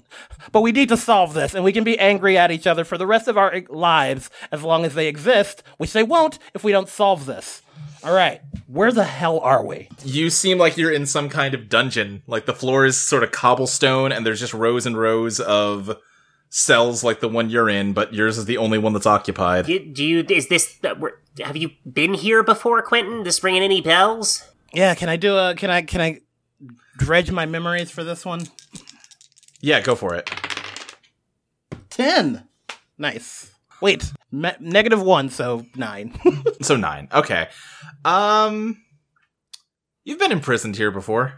but we need to solve this, and we can be angry at each other for the rest of our i- lives as long as they exist, which they won't if we don't solve this. All right, where the hell are we? You seem like you're in some kind of dungeon. Like the floor is sort of cobblestone, and there's just rows and rows of cells like the one you're in, but yours is the only one that's occupied. Do, do you is this that we're, have you been here before, Quentin? This ringing any bells? Yeah, can I do a can I can I dredge my memories for this one? Yeah, go for it. Ten. Nice. Wait, me- negative one, so nine. So nine. Okay. Um, you've been imprisoned here before.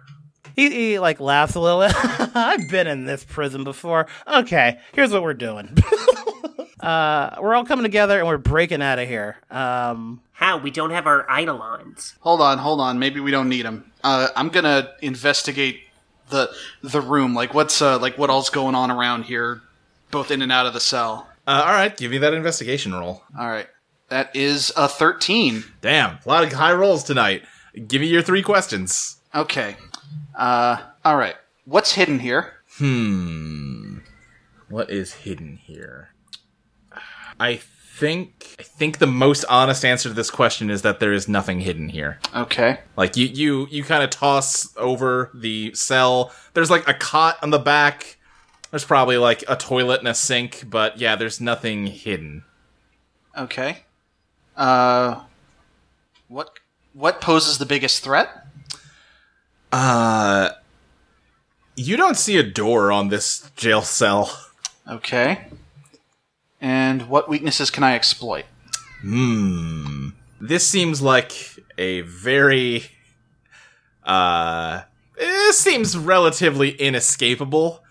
He, he like laughs a little. I've been in this prison before. Okay, here's what we're doing. uh, we're all coming together and we're breaking out of here. Um, How we don't have our eidolons. Hold on, hold on. Maybe we don't need him. Uh, I'm gonna investigate the the room. Like what's uh, like what all's going on around here, both in and out of the cell. Uh, all right, give me that investigation roll. All right, that is a thirteen. Damn, a lot of high rolls tonight. Give me your three questions. Okay. Uh, all right. What's hidden here? What is hidden here? I think I think the most honest answer to this question is that there is nothing hidden here. Okay. Like you you you kind of toss over the cell. There's like a cot on the back. There's probably like a toilet and a sink, but yeah, there's nothing hidden. Okay. Uh, what what poses the biggest threat? Uh you don't see a door on this jail cell. Okay. And what weaknesses can I exploit? Hmm. This seems like a very. Uh. This seems relatively inescapable.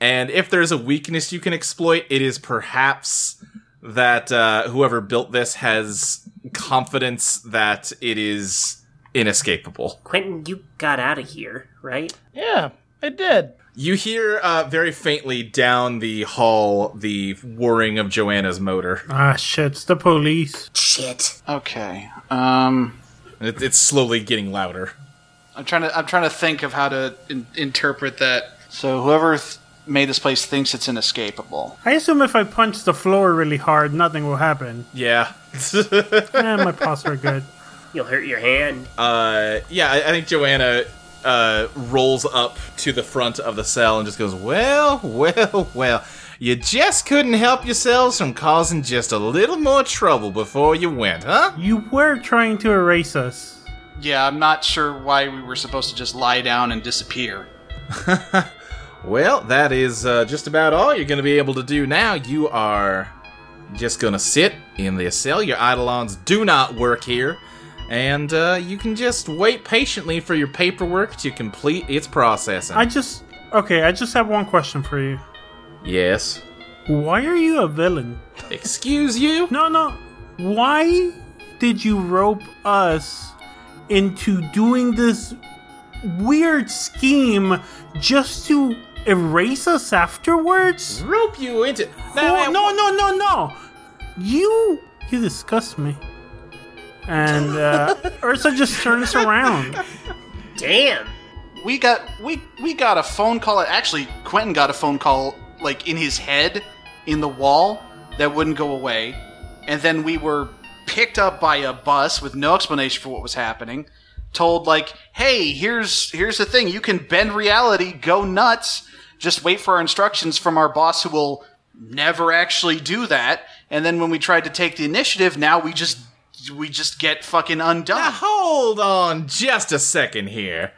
And if there's a weakness you can exploit, it is perhaps that uh, whoever built this has confidence that it is inescapable. Quentin, you got out of here, right? yeah, it did. You hear uh, very faintly down the hall the whirring of Joanna's motor. ah, shit, it's the police. Shit. Okay. Um, And It, it's slowly getting louder. I'm trying to I'm trying to think of how to in- interpret that. So whoever th- made this place thinks it's inescapable. I assume if I punch the floor really hard, nothing will happen. Yeah. eh, my paws are good. You'll hurt your hand. uh, yeah, I, I think Joanna uh, rolls up to the front of the cell and just goes, "Well, well, well, you just couldn't help yourselves from causing just a little more trouble before you went, huh?" You were trying to erase us. Yeah, I'm not sure why we were supposed to just lie down and disappear. Well, that is uh, just about all you're going to be able to do now. You are just going to sit in the cell. Your eidolons do not work here. And uh, you can just wait patiently for your paperwork to complete its processing. I just. Okay, I just have one question for you. yes. Why are you a villain? Excuse you? No, no. Why did you rope us into doing this weird scheme just to erase us afterwards? rope you into. Oh, no, no, no, no! You, you disgust me. And uh, Ursa just turns around. Damn. We got we we got a phone call. Actually, Quentin got a phone call like in his head in the wall that wouldn't go away, and then we were picked up by a bus with no explanation for what was happening. told like, "Hey, here's here's the thing. You can bend reality, go nuts. Just wait for our instructions from our boss who will never actually do that." And then when we tried to take the initiative, now we just we just get fucking undone. Hold on just a second here.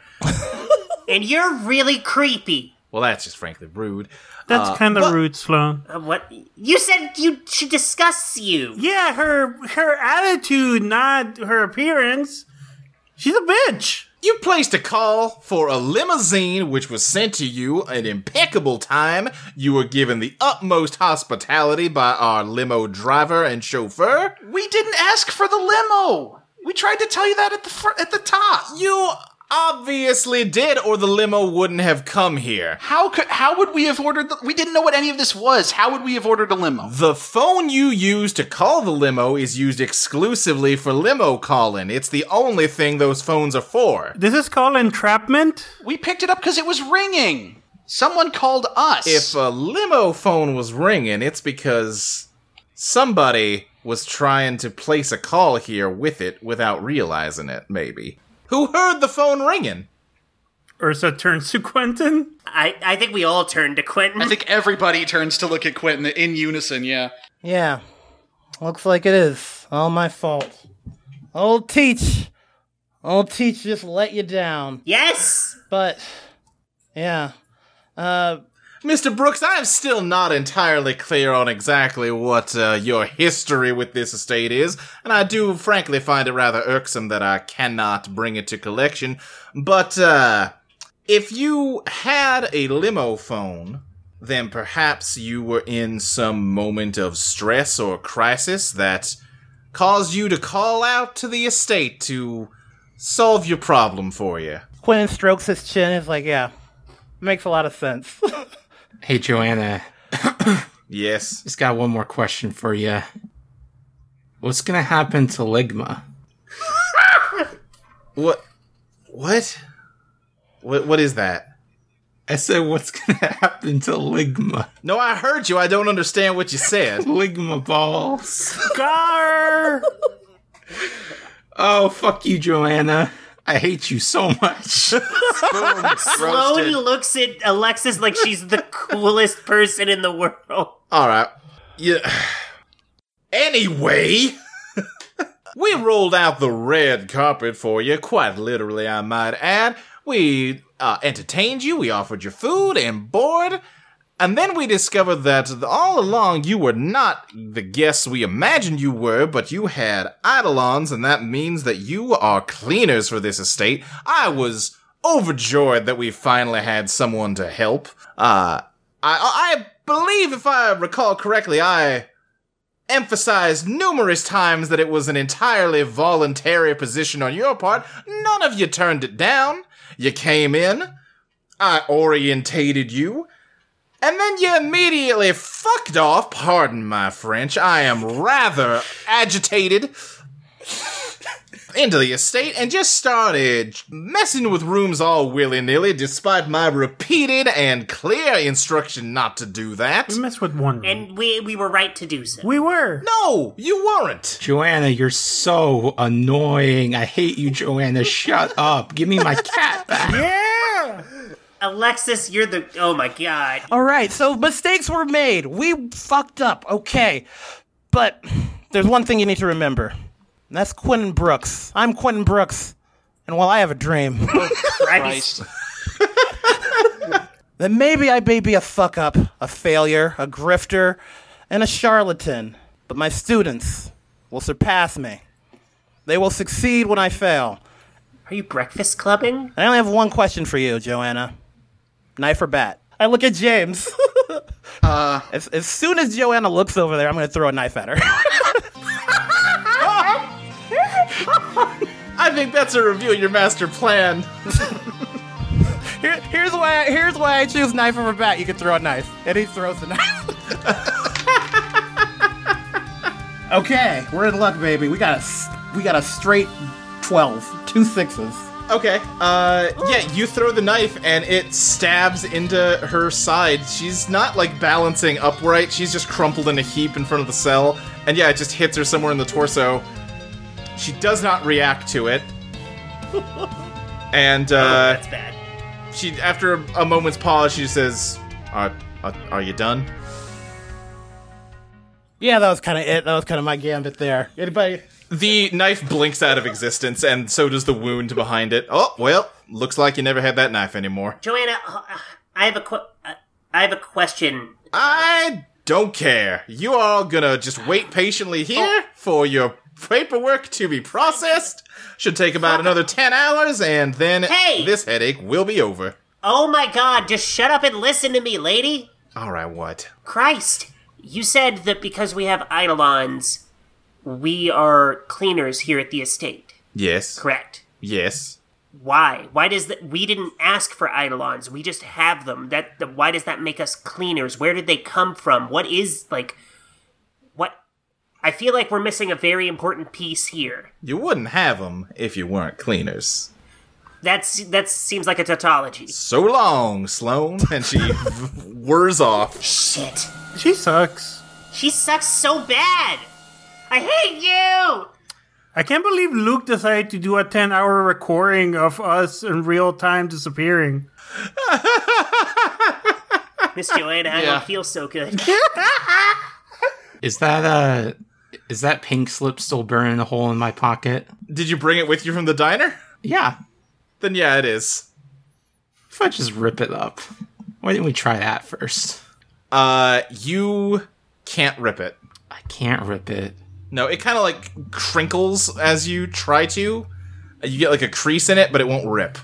And you're really creepy. Well, that's just frankly rude. That's Uh, kind but- of rude, Sloan. Uh, what? You said you should discuss you. Yeah, her her attitude, not her appearance. She's a bitch. You placed a call for a limousine, which was sent to you in impeccable time. You were given the utmost hospitality by our limo driver and chauffeur. We didn't ask for the limo. We tried to tell you that at the fr- at the top. You obviously did, or the limo wouldn't have come here. How could how would we have ordered? The- we didn't know what any of this was. How would we have ordered a limo? The phone you use to call the limo is used exclusively for limo calling. It's the only thing those phones are for. This is called entrapment. We picked it up because it was ringing. Someone called us. If a limo phone was ringing, it's because somebody was trying to place a call here with it without realizing it, maybe. Who heard the phone ringing? Ursa turns to Quentin. I, I think we all turned to Quentin. I think everybody turns to look at Quentin in unison. Yeah. Yeah. Looks like it is. All my fault. Old Teach. Old Teach just let you down. yes. But, yeah. Uh, Mr. Brooks, I'm still not entirely clear on exactly what uh, your history with this estate is, and I do frankly find it rather irksome that I cannot bring it to collection. But uh, if you had a limo phone, then perhaps you were in some moment of stress or crisis that caused you to call out to the estate to solve your problem for you. Quentin strokes his chin. It's like, yeah, makes a lot of sense. Hey, Joanna, Yes. just got one more question for you. What's gonna happen to Ligma? What? What? What? What is that? I said, what's gonna happen to Ligma? No, I heard you. I don't understand what you said. Ligma balls. Gar. Oh, fuck you, Joanna. I hate you so much. Sloan looks at Alexis like she's the coolest person in the world. All right. Yeah. Anyway, we rolled out the red carpet for you, quite literally, I might add. We uh, entertained you, we offered you food and board, and then we discovered that all along you were not the guests we imagined you were, but you had eidolons, and that means that you are cleaners for this estate. I was overjoyed that we finally had someone to help. Uh, I, I believe, if I recall correctly, I emphasized numerous times that it was an entirely voluntary position on your part. None of you turned it down. You came in, I orientated you, and then you immediately fucked off. Pardon my French, I am rather agitated. Into the estate and just started messing with rooms all willy nilly, despite my repeated and clear instruction not to do that. Mess with one. And we we were right to do so. we were. No, you weren't. Joanna, you're so annoying. I hate you, Joanna. Shut up. Give me my cat back. Yeah. Alexis, you're the oh my god. All right, so mistakes were made. We fucked up, okay. But there's one thing you need to remember. And that's Quentin Brooks. I'm Quentin Brooks. And while I have a dream Christ. that maybe I may be a fuck up, a failure, a grifter, and a charlatan, but my students will surpass me. They will succeed when I fail. Are you breakfast clubbing? Uh, I only have one question for you, Joanna. Knife or bat? I look at James. as, as soon as Joanna looks over there, I'm going to throw a knife at her. I think that's a review of your master plan. Here, here's why. Here's why I choose knife over bat. You can throw a knife, and he throws the knife. okay, we're in luck, baby. We got a s- we got a straight twelve, two sixes. Okay. Uh, yeah, you throw the knife and it stabs into her side. She's not like balancing upright. She's just crumpled in a heap in front of the cell. And yeah, it just hits her somewhere in the torso. She does not react to it. And Oh, uh, that's bad. she, after a, a moment's pause, she says, "Are are, are you done?" Yeah, that was kind of it. That was kind of my gambit there. Anybody? The knife blinks out of existence, and so does the wound behind it. Oh well, looks like you never had that knife anymore. Joanna, uh, I have a qu- uh, I have a question. I don't care. You are all gonna just wait patiently here for your paperwork to be processed. Should take about another ten hours, and then Hey! this headache will be over. Oh my god, just shut up and listen to me, lady. All right, what? Christ, you said that because we have eidolons, we are cleaners here at the estate. Yes. Correct. Yes. Why? Why does that? We didn't ask for eidolons. We just have them. That. The, why does that make us cleaners? Where did they come from? What is like? What? I feel like we're missing a very important piece here. You wouldn't have them if you weren't cleaners. That's that seems like a tautology. So long, Sloan. And she whirs off. Shit. She sucks. She sucks so bad. I hate you. I can't believe Luke decided to do a 10 hour recording of us in real time disappearing. Miss Joanna, I Yeah. don't feel so good. Is that uh is that pink slip still burning a hole in my pocket? Did you bring it with you from the diner? Yeah. Then yeah, it is. If I just rip it up. Why didn't we try that first? Uh, you can't rip it. I can't rip it. No, it kind of like crinkles as you try to. You get like a crease in it, but it won't rip.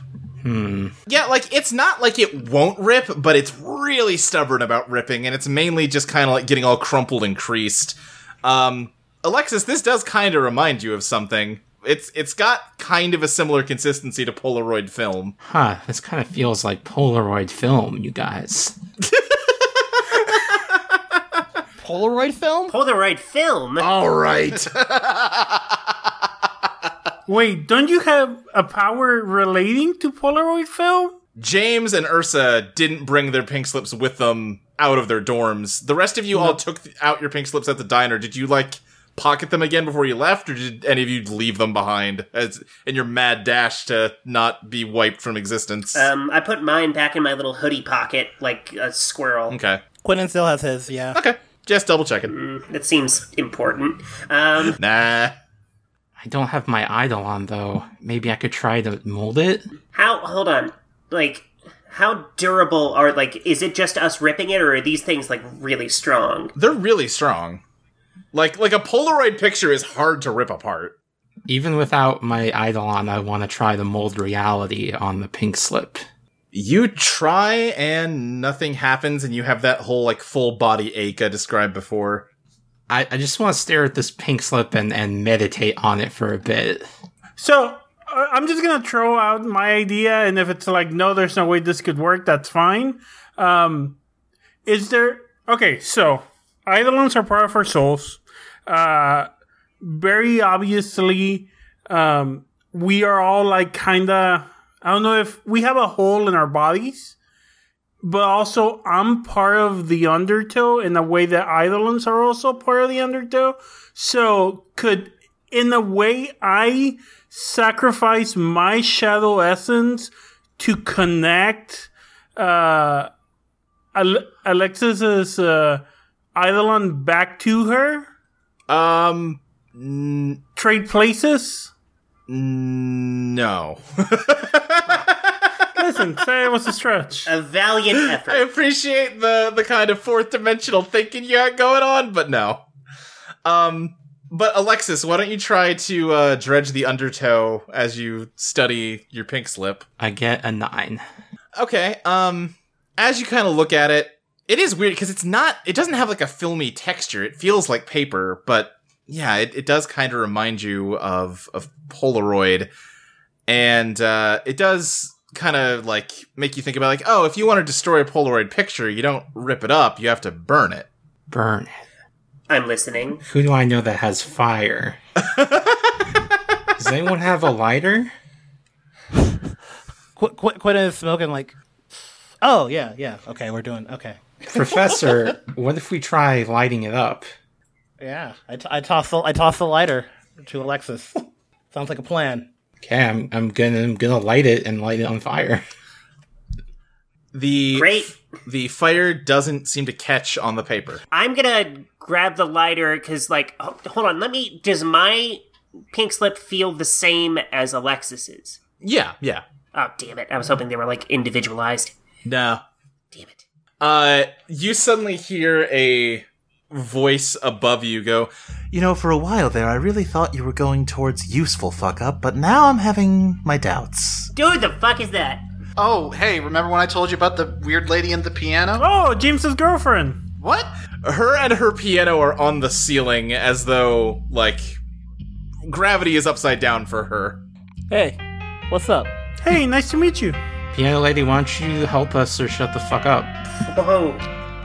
Hmm. Yeah, like it's not like it won't rip, but it's really stubborn about ripping, and it's mainly just kind of like getting all crumpled and creased. Um, Alexis, this does kind of remind you of something. It's it's got kind of a similar consistency to Polaroid film. Huh, this kind of feels like Polaroid film, you guys. Polaroid film? Polaroid film. All right. Wait, don't you have a power relating to Polaroid film? James and Ursa didn't bring their pink slips with them out of their dorms. The rest of you all took th- out your pink slips at the diner. Did you like pocket them again before you left, or did any of you leave them behind as in your mad dash to not be wiped from existence? Um, I put mine back in my little hoodie pocket like a squirrel. okay, Quentin still has his. Yeah. okay, just double checking. That seems important. Um, Nah, I don't have my eidolon though. Maybe I could try to mold it? how? Hold on. Like, how durable are like? Is it just us ripping it, or are these things like really strong? they're really strong. Like like a Polaroid picture is hard to rip apart. Even without my eidolon, I want to try to mold reality on the pink slip. You try and nothing happens, and you have that whole like full body ache I described before. I, I just want to stare at this pink slip and, and meditate on it for a bit. So I- I'm just gonna throw out my idea, and if it's like, no, there's no way this could work, that's fine. Um, is there? Okay, so eidolons are part of our souls. Uh, very obviously, um, we are all like kind of. I don't know if we have a hole in our bodies, but also I'm part of the undertow in the way that eidolons are also part of the undertow. So could, in a way, I sacrifice my shadow essence to connect uh, Al- Alexis's uh, eidolon back to her? Um, n- Trade places? no. Listen, say it was a stretch. A valiant I effort. appreciate the the kind of fourth dimensional thinking you got going on, but no. Um, but Alexis, why don't you try to uh, dredge the undertow as you study your pink slip? I get a nine. Okay. Um, as you kind of look at it, it is weird because it's not. It doesn't have like a filmy texture. It feels like paper, but yeah, it, it does kind of remind you of of Polaroid, and uh, it does kind of like make you think about like, oh, if you want to destroy a Polaroid picture, you don't rip it up. You have to burn it. Burn. it. I'm listening. Who do I know that has fire? Does anyone have a lighter? Qu- Qu- Quentin is smoking like. Oh yeah, yeah. Okay, we're doing okay. Professor, what if we try lighting it up? Yeah, I, t- I toss the I toss the lighter to Alexis. Sounds like a plan. Okay, I'm I'm gonna I'm gonna light it and light it on fire. The Great. the fire doesn't seem to catch on the paper. I'm gonna grab the lighter because, like, ho- hold on. Let me. Does my pink slip feel the same as Alexis's? Yeah, yeah. Oh, damn it! I was hoping they were like individualized. No. Damn it! Uh, you suddenly hear a voice above you go, You know, for a while there, I really thought you were going towards useful fuck up, but now I'm having my doubts. Dude, the fuck is that? Oh, hey, remember when I told you about the weird lady and the piano? Oh, James's girlfriend. What? her and her piano are on the ceiling as though like gravity is upside down for her. Hey, what's up? Hey, nice to meet you. Piano lady, why don't you help us or shut the fuck up? Whoa!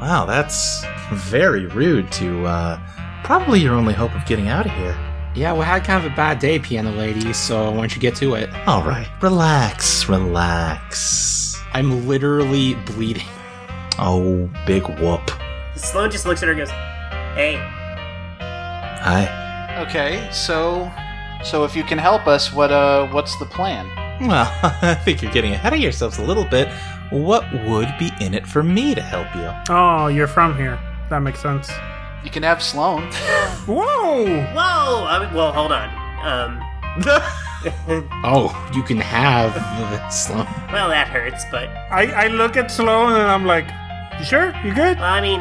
Wow, that's very rude to, uh, probably your only hope of getting out of here. Yeah, we had kind of a bad day, piano lady. So why don't you get to it? All right, relax, relax. I'm literally bleeding. Oh, big whoop. Sloan just looks at her and goes, "Hey, I. Okay, so so if you can help us, what uh what's the plan? Well, I think you're getting ahead of yourselves a little bit. What would be in it for me to help you? Oh, you're from here. That makes sense. You can have Sloan. Whoa! whoa!" I mean, well, hold on. Um, Oh, you can have the slump. well, that hurts, but I, I look at Sloan and I'm like, you sure? You good? I mean,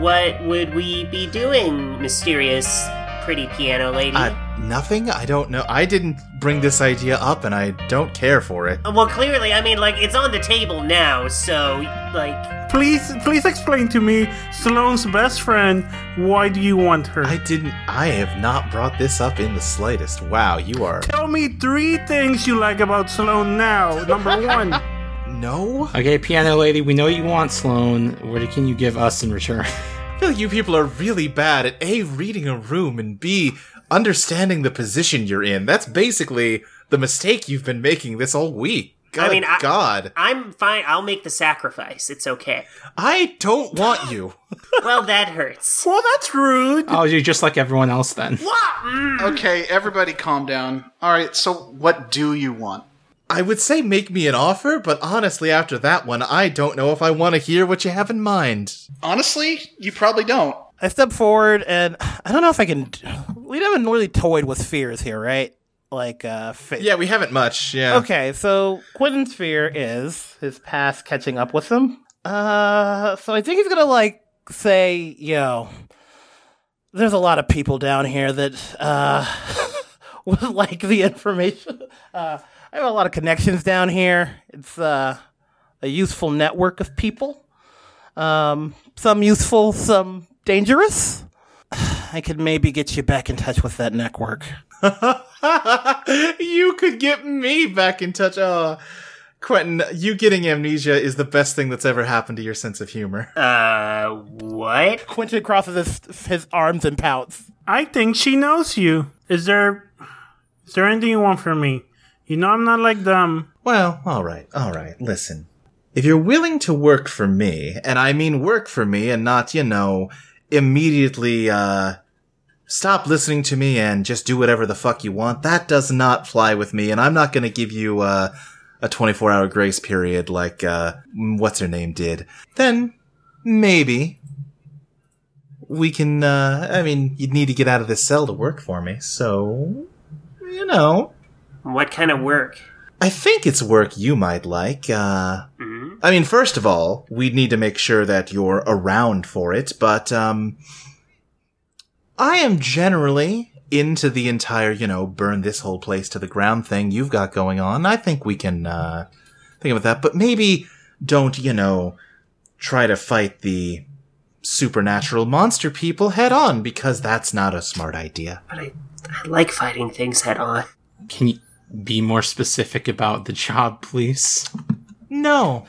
what would we be doing, mysterious, pretty piano lady? I, Uh, nothing? I don't know. I didn't bring this idea up and I don't care for it. well, clearly, I mean, like it's on the table now, so like, Please, please explain to me, Sloan's best friend, why do you want her? I didn't. I have not brought this up in the slightest. Wow, you are. Tell me three things you like about Sloan now. Number one. No? Okay, piano lady, we know you want Sloan. What can you give us in return? I feel like you people are really bad at A, reading a room, and B, understanding the position you're in. That's basically the mistake you've been making this whole week. God, I mean, I- God. I'm fine. I'll make the sacrifice. It's okay. I don't want you. Well, that hurts. Well, that's rude. oh, you're just like everyone else then. Okay, everybody calm down. All right, so what do you want? I would say make me an offer, but honestly, after that one, I don't know if I want to hear what you have in mind. Honestly, you probably don't. I step forward and I don't know if I can. We haven't really toyed with fears here, right? Like, uh, fa- Yeah, we haven't much. Yeah. Okay, so Quentin's fear is his past catching up with him. Uh, so I think he's gonna like say, "Yo, there's a lot of people down here that uh would like the information. Uh, I have a lot of connections down here. It's uh a useful network of people. Um, some useful, some dangerous. I could maybe get you back in touch with that network." you could get me back in touch. Oh, Quentin, you getting amnesia is the best thing that's ever happened to your sense of humor. Uh, what? Quentin crosses his, his arms and pouts. I think she knows you. Is there, is there anything you want from me? You know I'm not like them. Well, all right, all right. Listen, if you're willing to work for me, and I mean work for me, and not you know immediately uh stop listening to me and just do whatever the fuck you want, that does not fly with me, and I'm not going to give you uh, a 24 hour grace period like uh what's her name did. Then maybe we can. uh I mean, you'd need to get out of this cell to work for me, so you know. What kind of work? I think it's work you might like. Uh, I mean, first of all, we'd need to make sure that you're around for it, but um, I am generally into the entire, you know, burn this whole place to the ground thing you've got going on. I think we can uh, think about that, but maybe don't, you know, try to fight the supernatural monster people head on because that's not a smart idea. But I, I like fighting things head on. Can you be more specific about the job, please? No.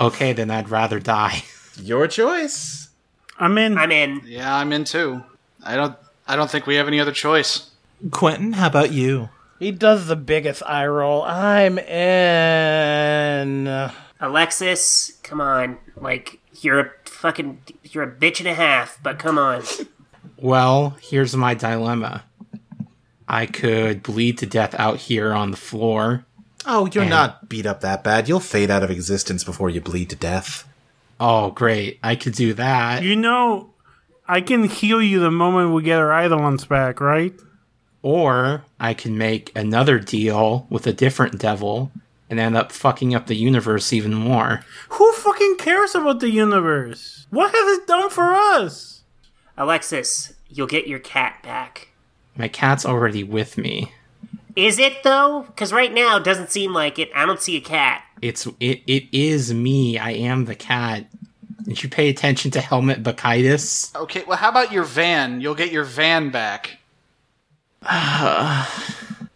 Okay, then I'd rather die. Your choice. I'm in. I'm in. Yeah, I'm in too. I don't I don't think we have any other choice. Quentin, how about you? He does the biggest eye roll. I'm in. Alexis, come on. Like you're a fucking, you're a bitch and a half. But come on. Well, here's my dilemma. I could bleed to death out here on the floor. Oh, you're not beat up that bad. You'll fade out of existence before you bleed to death. Oh, great. I could do that. You know, I can heal you the moment we get our Eidolons back, right? Or I can make another deal with a different devil and end up fucking up the universe even more. Who fucking cares about the universe? What has it done for us? Alexis, you'll get your cat back. My cat's already with me. Is it though? Because right now it doesn't seem like it. I don't see a cat. It's it, it is me. I am the cat. Did you pay attention to Helmet Bacchitis? Okay, well, how about your van? You'll get your van back.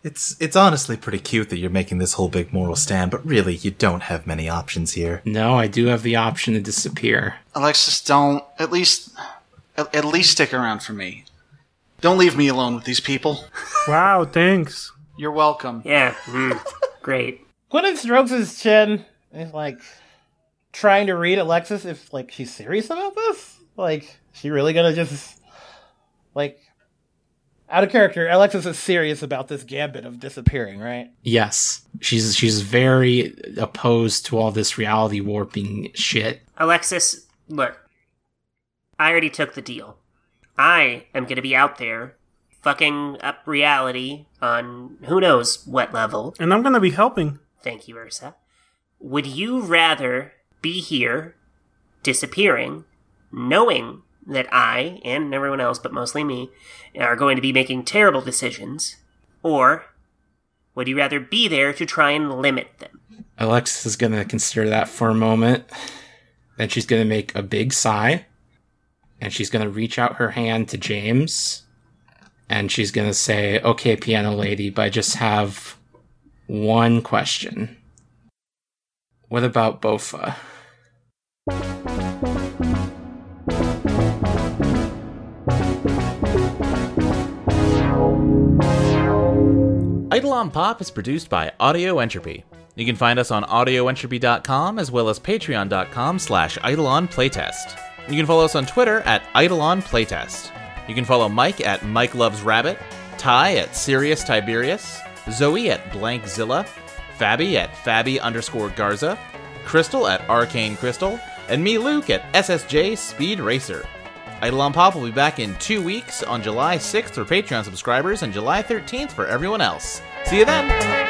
It's it's honestly pretty cute that you're making this whole big moral stand, but really you don't have many options here. No, I do have the option to disappear. Alexis, don't. At least, at, at least stick around for me. Don't leave me alone with these people. Wow, thanks. You're welcome. Yeah. mm, Great. Gwyneth strokes his chin and is like trying to read Alexis if like she's serious about this. Like, she really gonna just like out of character, Alexis is serious about this gambit of disappearing, right? Yes. She's she's very opposed to all this reality warping shit. Alexis, look. I already took the deal. I am going to be out there fucking up reality on who knows what level. And I'm gonna be helping. Thank you, Ursa. Would you rather be here, disappearing, knowing that I and everyone else, but mostly me, are going to be making terrible decisions, or would you rather be there to try and limit them? Alexis is gonna consider that for a moment. Then she's gonna make a big sigh. And she's gonna reach out her hand to James. And she's gonna say, Okay, piano lady, but I just have one question. What about Bofa? Idle on Pop is produced by Audio Entropy. You can find us on audioentropy.com as well as patreon.com slash idleonplaytest. You can follow us on Twitter at idleonplaytest. You can follow Mike at Mike Loves Rabbit, Ty at Sirius Tiberius, Zoe at Blankzilla, Fabi at Fabi underscore Garza, Crystal at Arcane Crystal, and me, Luke, at SSJ Speed Racer. Idle on Pop will be back in two weeks on July 6th for Patreon subscribers and July 13th for everyone else. See you then!